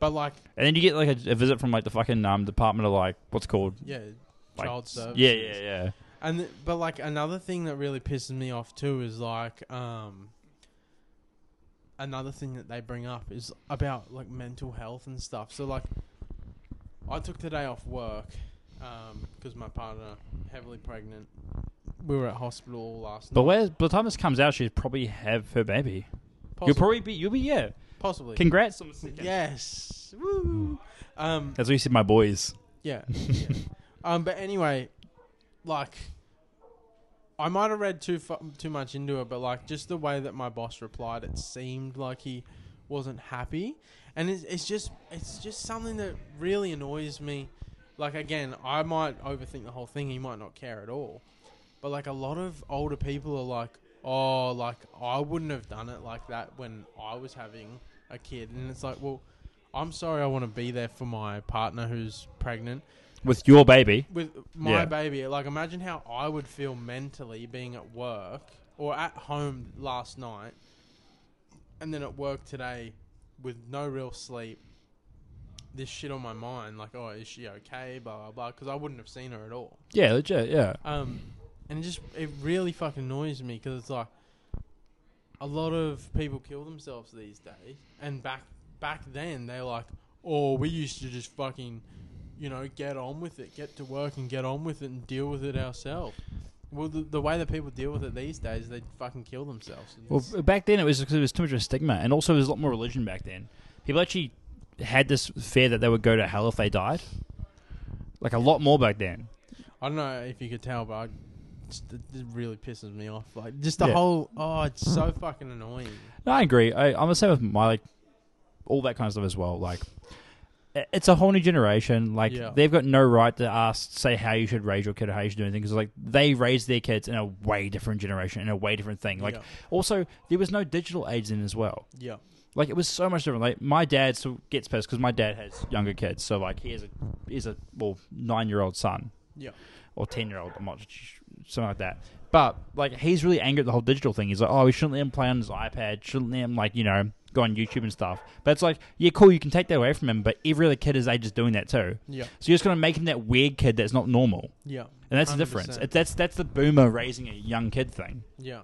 B: But like,
A: and then you get like a, a visit from like the fucking um department of like what's it called
B: yeah,
A: like,
B: child
A: s-
B: services.
A: Yeah, yeah, yeah.
B: And th- but like another thing that really pisses me off too is like um another thing that they bring up is about like mental health and stuff. So like I took today off work because my partner heavily pregnant. We were at hospital all last
A: But
B: night.
A: where by the time this comes out, she'd probably have her baby. You'll
B: Possibly.
A: probably be you'll be yeah.
B: possibly
A: Congrats. on the second.
B: yes. Woo.
A: Hmm.
B: Um.
A: That's what you said, my boys.
B: Yeah. yeah. um. But anyway, like, I might have read too fu- too much into it, but like, just the way that my boss replied, it seemed like he wasn't happy, and it's, it's just it's just something that really annoys me. Like again, I might overthink the whole thing. He might not care at all, but like a lot of older people are like, oh, like I wouldn't have done it like that when I was having a kid, and it's like, well. I'm sorry I want to be there for my partner who's pregnant
A: With your baby.
B: with my
A: Yeah.
B: baby. Like imagine how I would feel mentally being at work or at home last night and then at work today with no real sleep. This shit on my mind like oh is she okay blah blah blah because I wouldn't have seen her at all.
A: Yeah, legit, yeah.
B: Um, and it just it really fucking annoys me because it's like a lot of people kill themselves these days, and back back then they're like, oh, we used to just fucking, you know, get on with it, get to work and get on with it and deal with it ourselves. Well, the, the way that people deal with it these days, they fucking kill themselves.
A: Well,
B: It's-
A: b- back then it was because it was too much of a stigma, and also there was a lot more religion back then. People actually had this fear that they would go to hell if they died, like a lot more back then.
B: I don't know if you could tell, but I, just, it it really pisses me off. Like just the
A: Yeah.
B: whole oh, it's so fucking annoying.
A: No, I agree. I, I'm the same with my like all that kind of stuff as well. Like i- it's a whole new generation. Like
B: Yeah.
A: they've got no right to ask, say how you should raise your kid or how you should do anything because like they raised their kids in a way different generation in a way different thing. Like
B: Yeah.
A: also there was no digital aids in as well.
B: Yeah,
A: Like it was so much different. Like my dad still gets pissed because my dad has younger kids, so like he has a he has a well nine year old son
B: yeah,
A: or ten year old, I'm not sh- something like that. But like he's really angry at the whole digital thing. He's like, oh, we shouldn't let him play on his iPad. Shouldn't let him like you know go on YouTube and stuff. But it's like, yeah, cool, you can take that away from him, but every other kid his age is doing that too.
B: yeah,
A: So you're just gonna make him that weird kid that's not normal,
B: yeah,
A: and that's the difference.
B: 100%.
A: It, that's that's the boomer raising a young kid thing,
B: yeah.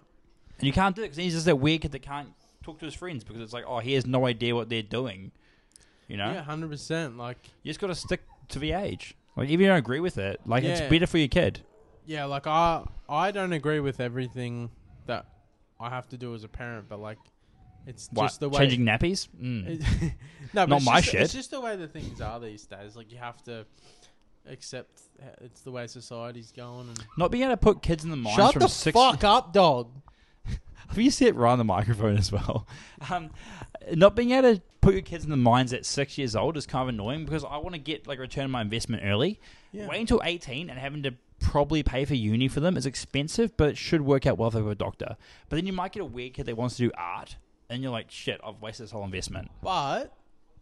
A: and you can't do it because he's just that weird kid that can't talk to his friends because it's like, oh, he has no idea what they're doing. You know,
B: Yeah, hundred percent. Like,
A: you just gotta stick to the age. Like even if you don't agree with it, like it's
B: Yeah.
A: better for your kid.
B: yeah, like I, I don't agree with everything that I have to do as a parent, but like, it's
A: What?
B: just the way
A: changing nappies. Mm.
B: It- no, but
A: Not
B: it's
A: my
B: just,
A: shit.
B: It's just the way the things are these days. Like, you have to accept h- it's the way society's going. And
A: Not being able to put kids in the minds from six.
B: up, dog.
A: Have you said right on the microphone as well? Um, not being able to put your kids in the minds at six years old is kind of annoying because I want to get like return on my investment early.
B: Yeah.
A: Waiting until eighteen and having to probably pay for uni for them is expensive, but it should work out well if they go a doctor. But then you might get a weird kid that wants to do art, and you're like, shit, I've wasted this whole investment.
B: But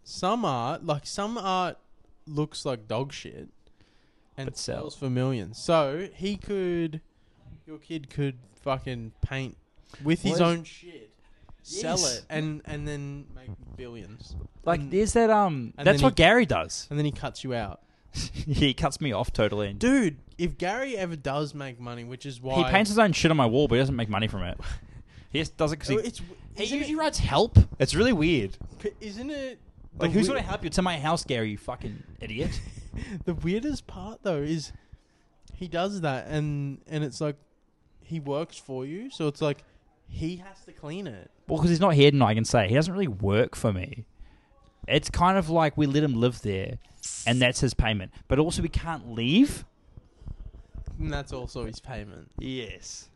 B: some art, like some art, looks like dog shit, and
A: But sells.
B: sells for millions. So he could, your kid could fucking paint with his
A: Well,
B: own shit, sell
A: Yes.
B: it, and and then make billions.
A: Like
B: and,
A: there's that um.
B: and
A: That's
B: then
A: what
B: he-
A: Gary does.
B: and then he cuts you out,
A: he cuts me off totally. And
B: dude. If Gary ever does make money, which is why
A: he paints his own shit on my wall, but he doesn't make money from it. He just does it because
B: Oh,
A: he
B: it's
A: He
B: isn't
A: usually
B: it,
A: writes help. It's really weird.
B: isn't it the
A: Like, who's
B: wei-
A: going to help you? To my house, Gary, you fucking idiot.
B: the weirdest part though is he does that and and it's like he works for you so it's like he has to clean it
A: well, because he's not here tonight, I can say. He doesn't really work for me. It's kind of like we let him live there, and that's his payment. But also, we can't leave.
B: and that's also his payment
A: Yes.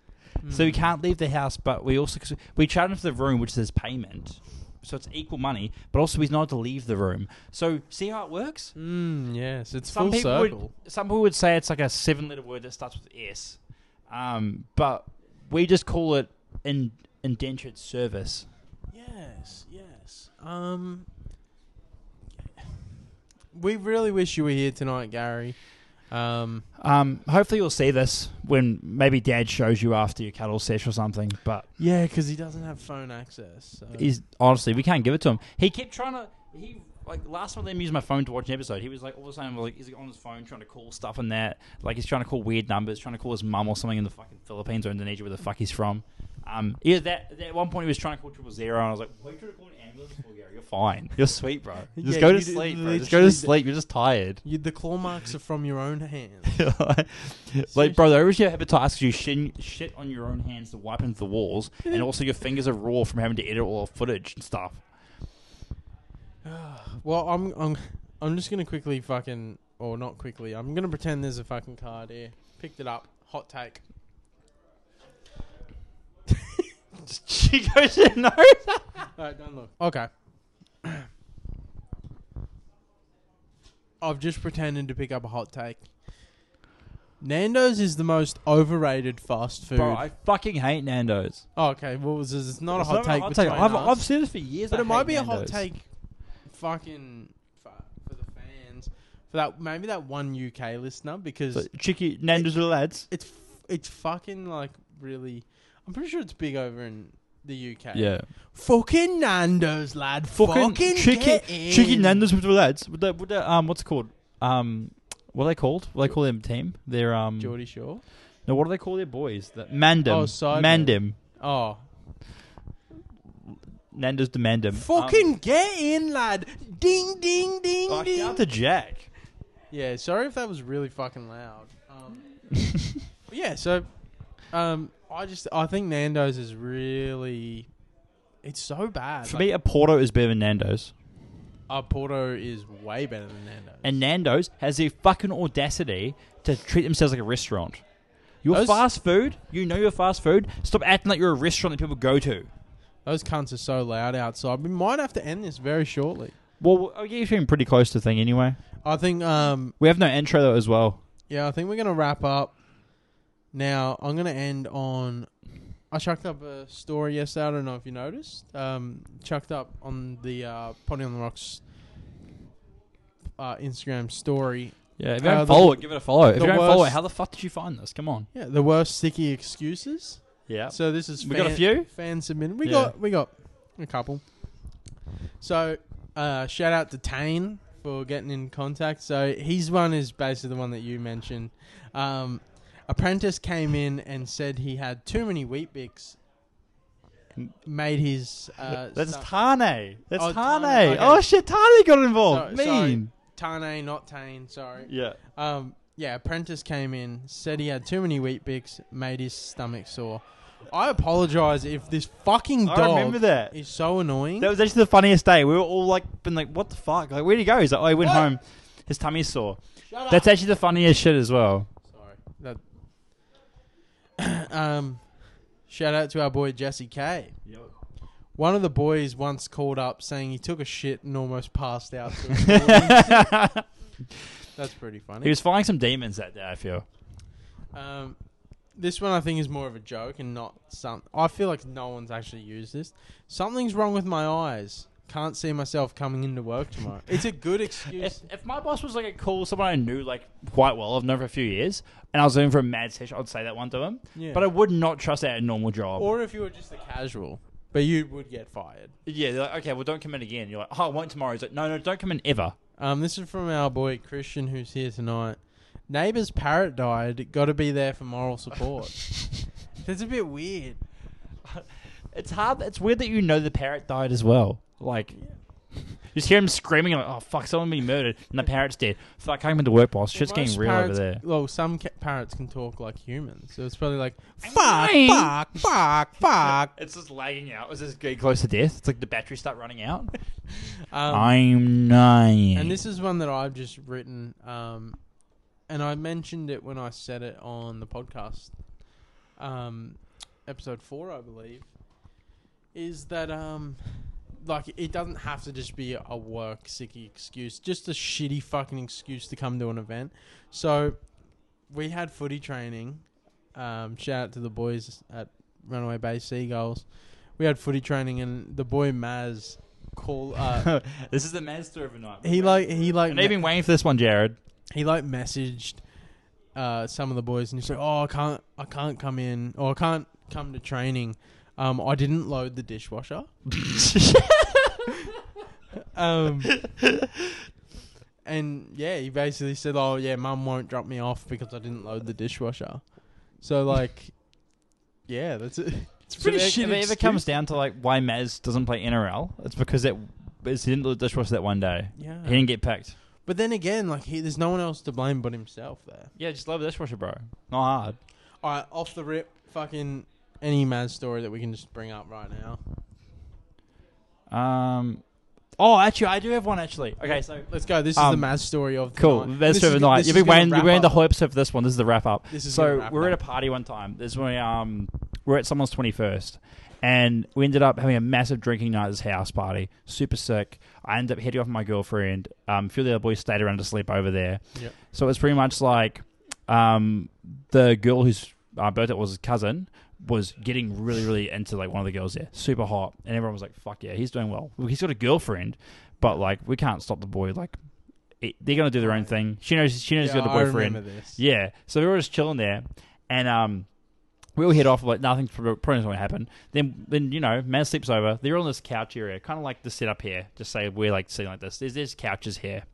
A: So
B: Hmm.
A: we can't leave the house, but we also, cause we charge him for the room, which is his payment. So it's equal money, but also he's not to leave the room. So see how it works?
B: mm, yes it's
A: some
B: full
A: people
B: circle
A: would some people would say it's like a seven letter word that starts with S, um, but we just call it in, indentured service.
B: yes yes um we really wish you were here tonight gary Um,
A: Um, hopefully you'll see this when maybe Dad shows you after your cuddle sesh or something. But
B: yeah, because he doesn't have phone access. So.
A: he's honestly, we can't give it to him. He kept trying to. He like last time I let him use my phone to watch an episode. He was like all the time like he's on his phone trying to call stuff and that. Like he's trying to call weird numbers, trying to call his mum or something in the fucking Philippines or Indonesia, where the fuck he's from. Um, yeah, that at one point he was trying to call triple zero, and I was like, "Why are you trying to call an ambulance for Gary? You're fine. You're sweet, bro. Just
B: Yeah,
A: go
B: you
A: to
B: d-
A: sleep, bro. Just go to
B: literally-
A: sleep. You're just tired."
B: you, the claw marks are from your own hand.
A: like, bro, the original hepatitis you shin, shit on your own hands to wipe into the walls, and also your fingers are raw from having to edit all the footage and stuff.
B: Well, I'm I'm I'm just gonna quickly fucking or not quickly. I'm gonna pretend there's a fucking card here. Picked it up. Hot take.
A: She goes in no.
B: Alright, don't look. Okay. I've just pretended to pick up a hot take. Nando's is the most overrated fast food.
A: Bro, I fucking hate Nando's.
B: oh, okay, well, this is, it's not
A: It's
B: a hot
A: not
B: take. between
A: I've,
B: us.
A: I've said this for years,
B: But
A: I
B: it might
A: hate
B: be a hot
A: Nando's.
B: take, fucking for, for the fans, for that maybe that one UK listener because
A: So, cheeky Nando's are lads.
B: it's f- it's fucking like really. I'm pretty sure it's big over in the UK. fucking Nando's lad, fucking,
A: cheeky,
B: get in.
A: cheeky Nando's with the lads. With the, with the, um, what's it called? Um, what are they called? What do they call them team? They're um.
B: Geordie Shore.
A: No, what do they call their boys? The, Mandem.
B: Oh, sidemen.
A: Mandem. Um,
B: Oh,
A: Nando's the Mandem. Um,
B: fucking get in, lad. Ding, ding, ding,
A: Oh,
B: ding.
A: shout out to Jack.
B: Yeah, sorry if that was really fucking loud. Um, yeah, so um, I just I think Nando's is really it's so bad.
A: For
B: Like,
A: me, a Porto is better than Nando's.
B: our Porto is way better than Nando's.
A: And Nando's has the fucking audacity to treat themselves like a restaurant. Your
B: Those-
A: fast food, you know your fast food. Stop acting like you're a restaurant that people go to.
B: those cunts are so loud outside. We might have to end this very shortly.
A: Well, I you're getting pretty close to the thing anyway.
B: I think um
A: We have no intro though as well.
B: yeah, I think we're gonna wrap up. Now I'm gonna end on I chucked up a story yesterday, I don't know if you noticed. Um chucked up on the uh Potty on the Rocks uh, Instagram story.
A: Yeah, if
B: you
A: you don't
B: Uh, don't the-
A: follow
B: follow
A: it, give it a follow. If
B: the
A: you don't follow it,
B: worst-
A: how the fuck did you find this? Come on.
B: Yeah, the worst sticky excuses.
A: Yeah.
B: So this is
A: We got a few?
B: fan submitted. We
A: Yeah.
B: got we got a couple. So uh, shout out to Tane for getting in contact. So his one is basically the one that you mentioned. Um, apprentice came in and said he had too many wheat bix. Made his uh,
A: That's
B: stuff-
A: Tane. That's
B: Oh,
A: Tane.
B: Tane, okay.
A: Oh shit, Tane got involved.
B: So- sorry.
A: mean.
B: Tane, not Tane. Sorry.
A: Yeah.
B: Um, yeah, apprentice came in, said he had too many wheat bix, made his stomach sore. I apologize if this fucking dog.
A: I remember that.
B: It's so annoying.
A: That was actually the funniest day. We were all like, been like, what the fuck? Like, where'd he go? He's like, oh, he went
B: What?
A: home. His tummy's sore.
B: Shut
A: That's actually the funniest shit as well.
B: Sorry. That, um, shout out to our boy Jesse K. One of the boys once called up saying he took a shit and almost passed out. to it. That's pretty
A: he
B: funny.
A: was fighting some demons that day, I feel.
B: Um, this one I think is more of a joke and not some. I feel like no one's actually used this. Something's wrong with my eyes. Can't see myself coming into work tomorrow. It's a good
A: If,
B: excuse.
A: if my boss was like a cool, someone I knew like quite well, I've known for a few years, and I was looking for a mad session, I'd say that one to him.
B: Yeah.
A: But I would not trust that at a normal job.
B: or if you were just a casual, but you would get fired.
A: yeah, they're like, okay, well, don't come in again. You're like, oh, I won't tomorrow. He's like, no, no, don't come in ever.
B: Um, this is from our boy Christian, who's here tonight. Neighbor's parrot died. Got to be there for moral support. That's a bit weird.
A: It's hard. It's weird that you know the parrot died as well. Like, you just hear him screaming, like, oh, fuck, someone been murdered, and the parrot's dead. Fuck, I came into work, boss. Shit's
B: Well,
A: getting
B: most
A: real
B: parrots,
A: over there.
B: Well, some ca- parrots can talk like humans, so it's probably like fuck,
A: Annoying.
B: fuck, fuck, fuck.
A: It's just lagging out. It's just getting close to death. It's like the batteries start running out.
B: Um,
A: I'm nine.
B: And this is one that I've just written, um, and I mentioned it when I said it on the podcast, um, episode four, I believe. Is that um, like it doesn't have to just be a work sicky excuse, just a shitty fucking excuse to come to an event. So we had footy training. Um, shout out to the boys at Runaway Bay Seagulls. We had footy training, and the boy Maz call. Uh,
A: this is the master overnight.
B: he like he like
A: and they've been waiting for this one, Jared.
B: he like messaged uh, some of the boys and you say, "Oh, I can't, I can't come in, or I can't come to training. Um, I didn't load the dishwasher." Um, and yeah, he basically said, "Oh yeah, mum won't drop me off because I didn't load the dishwasher." So like, yeah, that's it. It's
A: So
B: pretty
A: if,
B: shit.
A: If it ever
B: excuse.
A: comes down to like why Maz doesn't play NRL, it's because it it's he didn't do the dishwasher that one day.
B: yeah.
A: He didn't get picked.
B: But then again, like he, there's no one else to blame but himself there.
A: Yeah, just love the dishwasher, bro. Not hard.
B: All right, off the rip, fucking any mad story that we can just bring up right now.
A: Um. Oh, actually, I do have one. Actually, okay, so
B: Let's go. This is the
A: Um,
B: mad story of the
A: cool.
B: Night.
A: That's
B: This is
A: the
B: go-
A: night.
B: this
A: You've
B: is
A: been
B: gonna
A: waiting,
B: wrap
A: you've waiting the
B: up.
A: whole episode for this one. This is the wrap up.
B: This is gonna
A: so
B: wrap
A: we were at a
B: up.
A: party one time. This is when we, um we are at someone's twenty first, and we ended up having a massive drinking night at this house party. Super sick. I ended up heading off with my girlfriend. Um, a few of the other boys stayed around to sleep over there.
B: Yep.
A: So it was pretty much like, um, the girl whose uh, birthday was his cousin was getting really really into like one of the girls there, super hot, and everyone was like, "Fuck yeah, he's doing well. Well, He's got a girlfriend, but like we can't stop the boy like." it- They're gonna do their own thing. She knows. She knows he's got
B: Yeah,
A: a
B: I
A: boyfriend.
B: remember this.
A: Yeah. So we were just chilling there, and um, we all head off like nothing's prob- probably not going to happen. Then then you know, man sleeps over. They're on this couch area, kind of like the setup here. Just say we're like sitting like this. There's there's couches here,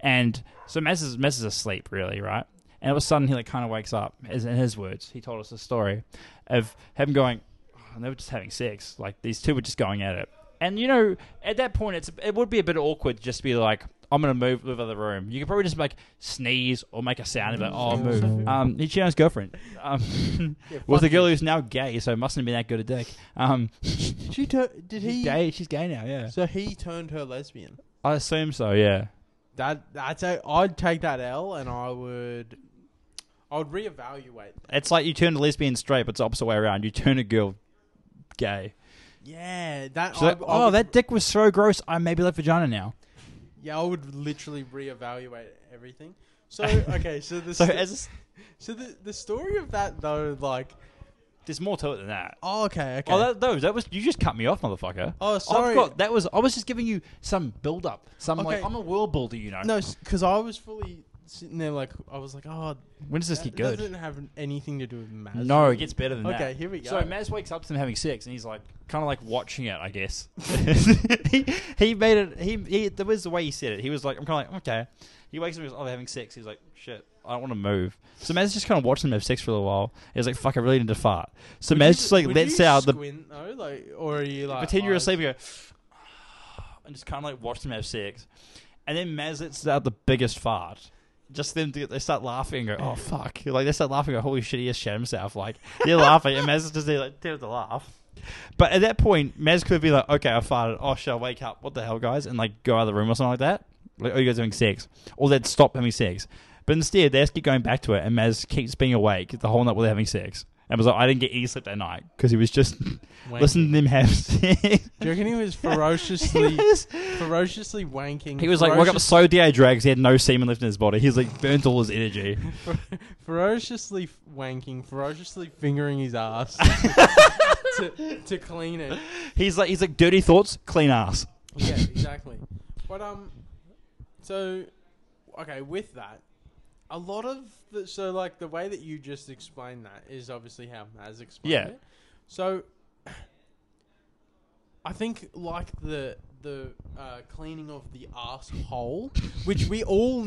A: and so Maz is Maz is asleep really, right? And all of a sudden he like kind of wakes up. As in his words, he told us a story of him going, "Oh, they were just having sex. Like these two were just going at it. And you know, at that point, it's it would be a bit awkward just to be like, I'm gonna move move out of the room. You could probably just like sneeze or make a sound about, oh, move. Um, he cheated on his girlfriend. Um, with a girl who's now gay, so it mustn't have been that good a dick. Um,
B: She tur- did
A: she's
B: he?
A: gay. She's gay now. Yeah,
B: So he turned her lesbian.
A: I assume so. Yeah.
B: That that's a, I'd take that L, and I would, I would reevaluate.
A: It's like you turn a lesbian straight, but it's the opposite way around. You turn a girl gay.
B: Yeah, that.
A: She's
B: I,
A: like,
B: I
A: oh,
B: would-
A: that dick was so gross. I maybe like vagina now.
B: Yeah, I would literally reevaluate everything. So okay, so the
A: So
B: sto-
A: as
B: so the the story of that though, like,
A: there's more to it than that.
B: oh okay, okay.
A: Oh, that, no, that was you just cut me off, motherfucker.
B: Oh, sorry.
A: I've got, that was I was just giving you some build up. Some like
B: Okay.
A: I'm a world builder, you know.
B: No, because I was fully sitting there like I was like, oh,
A: When does this get
B: that
A: good?
B: doesn't have anything to do with Maz.
A: No, it gets better than that.
B: Okay, here we go.
A: So Maz wakes up to them having sex, and he's like, kind of like watching it, I guess. he, he made it. He, he that was the way he said it. He was like, I'm kind of like, okay. He wakes up, and he goes, oh, they're having sex. He's like, shit, I don't want to move. So Maz just kind of watched them have sex for a little while. He was like, fuck, I really need to fart. So
B: Would
A: Maz
B: you-
A: just like
B: would
A: lets
B: you
A: out the
B: squint, though, like, or are you like "Oh,
A: pretend you're
B: eyes-
A: asleep and go, and just kind of like watch them have sex. And then Maz lets out the biggest fart. Just them, to, they start laughing and go, oh fuck. Like they start laughing and go, holy shit, he has shit himself. Like they're laughing and Maz is just there like, tell to laugh. But at that point, Maz could be like, okay, I farted. Oh shit, I wake up. What the hell, guys? And like go out of the room or something like that. Like, oh, you guys are having sex. Or they'd stop having sex. But instead, they just keep going back to it and Maz keeps being awake the whole night while they're having sex. And was like, I didn't get any sleep that night because he was just
B: wanking?
A: listening to them have sex.
B: Do you reckon he was
A: He
B: ferociously,
A: was,
B: ferociously wanking?
A: he was like woke up so dehydrated 'cause he had no semen left in his body. He's like burnt all his energy.
B: ferocious- ferociously wanking, ferociously fingering his ass to, to clean it.
A: He's like he's like dirty thoughts, clean ass.
B: Yeah, exactly. But um, so okay, with that, a lot of the so like the way that you just explained that is obviously how Maz explained
A: Yeah.
B: it. So I think like the the uh, cleaning of the asshole, which we all.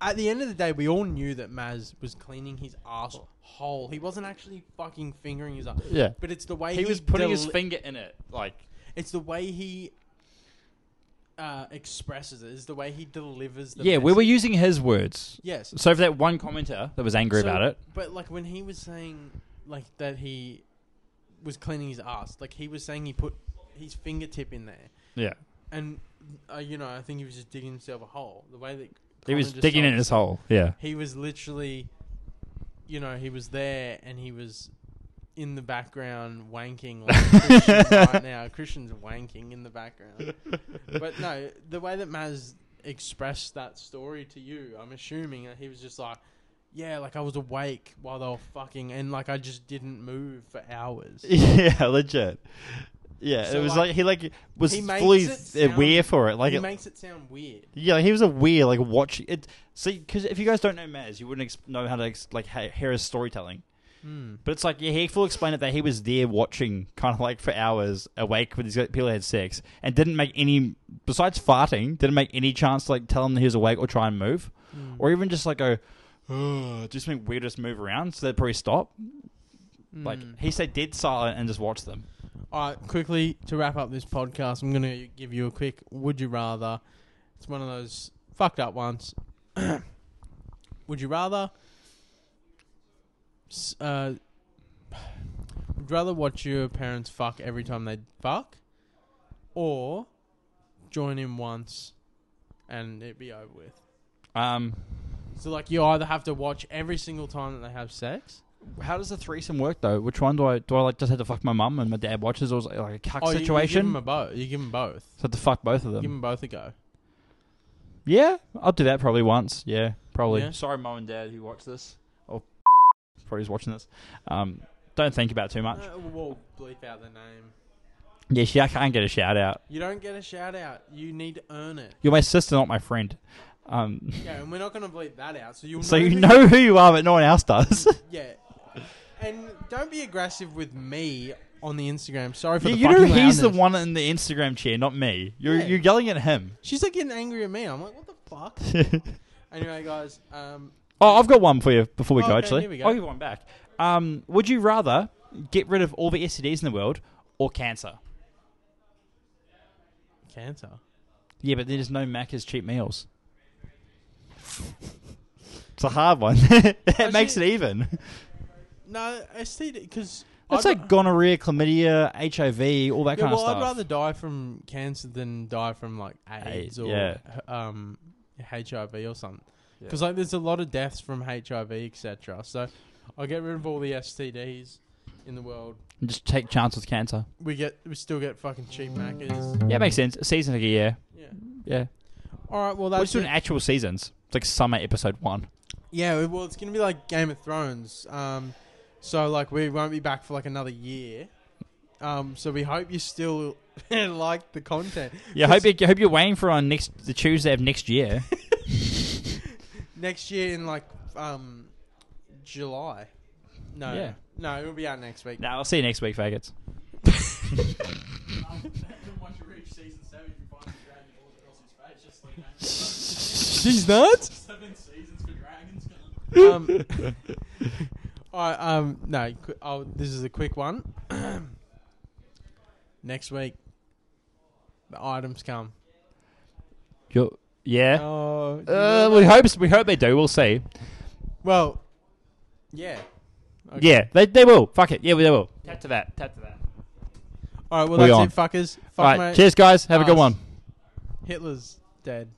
B: At the end of the day, we all knew that Maz was cleaning his asshole. He wasn't actually fucking fingering his ass.
A: Yeah.
B: But it's the way he,
A: He was putting his
B: deli-
A: finger in it, like
B: it's the way he uh, expresses it. It's the way he delivers. The
A: yeah. We were
B: message.
A: using his words.
B: Yes.
A: So for that one commenter that was angry
B: So-
A: about it,
B: But like when he was saying, like that he was cleaning his ass. Like he was saying he put his fingertip in there,
A: yeah,
B: and uh, you know I think he was just digging himself a hole. The way that
A: he was
B: Connor just
A: digging in
B: told
A: his
B: us,
A: hole. Yeah,
B: He was literally, you know, he was there and he was. In the background, wanking like Christians right now. Christian's wanking in the background. but no, the way that Maz expressed that story to you, I'm assuming that he was just like, yeah, like I was awake while they were fucking, and like I just didn't move for hours.
A: yeah, legit. Yeah,
B: So,
A: it was
B: like,
A: like, he like was
B: he makes
A: fully
B: it
A: th-
B: sound-
A: aware for it. Like
B: he
A: it-
B: makes it sound weird.
A: yeah, like, he was aware. Like watching it. See, because if you guys don't know Maz, you wouldn't ex- know how to ex- like ha- hear his storytelling.
B: Mm.
A: But it's like yeah, he full explained it that he was there watching, kind of like for hours, awake when these people had sex, and didn't make any besides farting, didn't make any chance to like tell him that he was awake or try and move,
B: Mm.
A: or even just like go, oh, just make weirdest move around, so they'd probably stop. Like
B: Mm.
A: he stayed dead silent and just watched them.
B: All right, quickly to wrap up this podcast, I'm going to give you a quick would you rather. It's one of those fucked up ones. would you rather s- uh would you rather watch your parents fuck every time they fuck or join in once and it be over with?
A: Um,
B: So like you either have to watch every single time that they have sex
A: how does the threesome work though? Which one do I do? I like just have to fuck my mum and my dad watches, or is it, like a cuck
B: or Oh, you-
A: situation? Um,
B: You, give 'em a bo- you give them both.
A: so I have to fuck both of
B: Give
A: them.
B: 'em Give them both a go.
A: Yeah, I'll do that probably once. Yeah, probably.
B: Yeah.
A: Sorry, mum and dad who watch this. Oh, probably is watching this. Um, don't think about it too much.
B: Uh, we'll bleep out the name.
A: Yeah, she, I can't get a shout out.
B: You don't get a shout out. You need to earn it.
A: You're my sister, not my friend. Um,
B: Yeah, and we're not going to bleep that out. So you'll
A: so
B: know
A: you
B: who-
A: know who you are, but no one else does.
B: Yeah. And don't be aggressive with me on the Instagram. Sorry for
A: you
B: the
A: you know
B: fucking
A: he's the
B: loudness.
A: one in the Instagram chair, not me. You're
B: Yeah.
A: you're yelling at him.
B: She's like getting angry at me. I'm like, what the fuck? anyway, guys. Um,
A: Oh, I've got one for you before we
B: Oh,
A: go.
B: okay,
A: actually,
B: here we go.
A: I'll give one back. Um, would you rather get rid of all the STDs in the world or cancer?
B: cancer.
A: Yeah, but there's no Macca's cheap meals. It's a hard one. it makes it
B: Actually-
A: even.
B: No, STD because
A: It's like gonorrhea, chlamydia, HIV, all that
B: yeah,
A: kind of
B: well,
A: stuff.
B: I'd rather die from cancer than die from like AIDS
A: Aids,
B: or
A: yeah.
B: h- um HIV or something.
A: Yeah.
B: Because like, there's a lot of deaths from HIV, etc. So, I get rid of all the STDs in the world.
A: And just take chance with cancer.
B: We get, we still get fucking cheap macas.
A: Yeah, it makes sense. A season of a year.
B: Yeah.
A: Yeah.
B: All right. Well,
A: We're just
B: that's
A: doing
B: it.
A: actual seasons. It's like summer episode one.
B: yeah. Well, it's gonna be like Game of Thrones. Um, so like we won't be back for like another year. Um, so we hope you still like the content.
A: Yeah, I hope, you, I hope you're waiting for our next the Tuesday of next year.
B: next year in like um July. No.
A: Yeah.
B: No, it'll be out next week.
A: now, I'll see you next week, faggots.
C: Then once you reach season seven, you find the dragon all across his face, just like that.
B: She's nuts.
C: seven seasons for dragons. Gone.
B: um, all right, um, no, qu- oh, this is a quick one. Next week, the items come.
A: You're, yeah.
B: Oh,
A: Uh, we hope we hope they do. We'll see.
B: well, yeah. Okay.
A: Yeah, they, they will. Fuck it. Yeah, they will. Tap to that. Tap to that.
B: All right, well,
A: We
B: that's
A: on.
B: it, fuckers. Fuck
A: All right.
B: mate.
A: Cheers, guys. Have a good
B: Nice.
A: one.
B: Hitler's dead.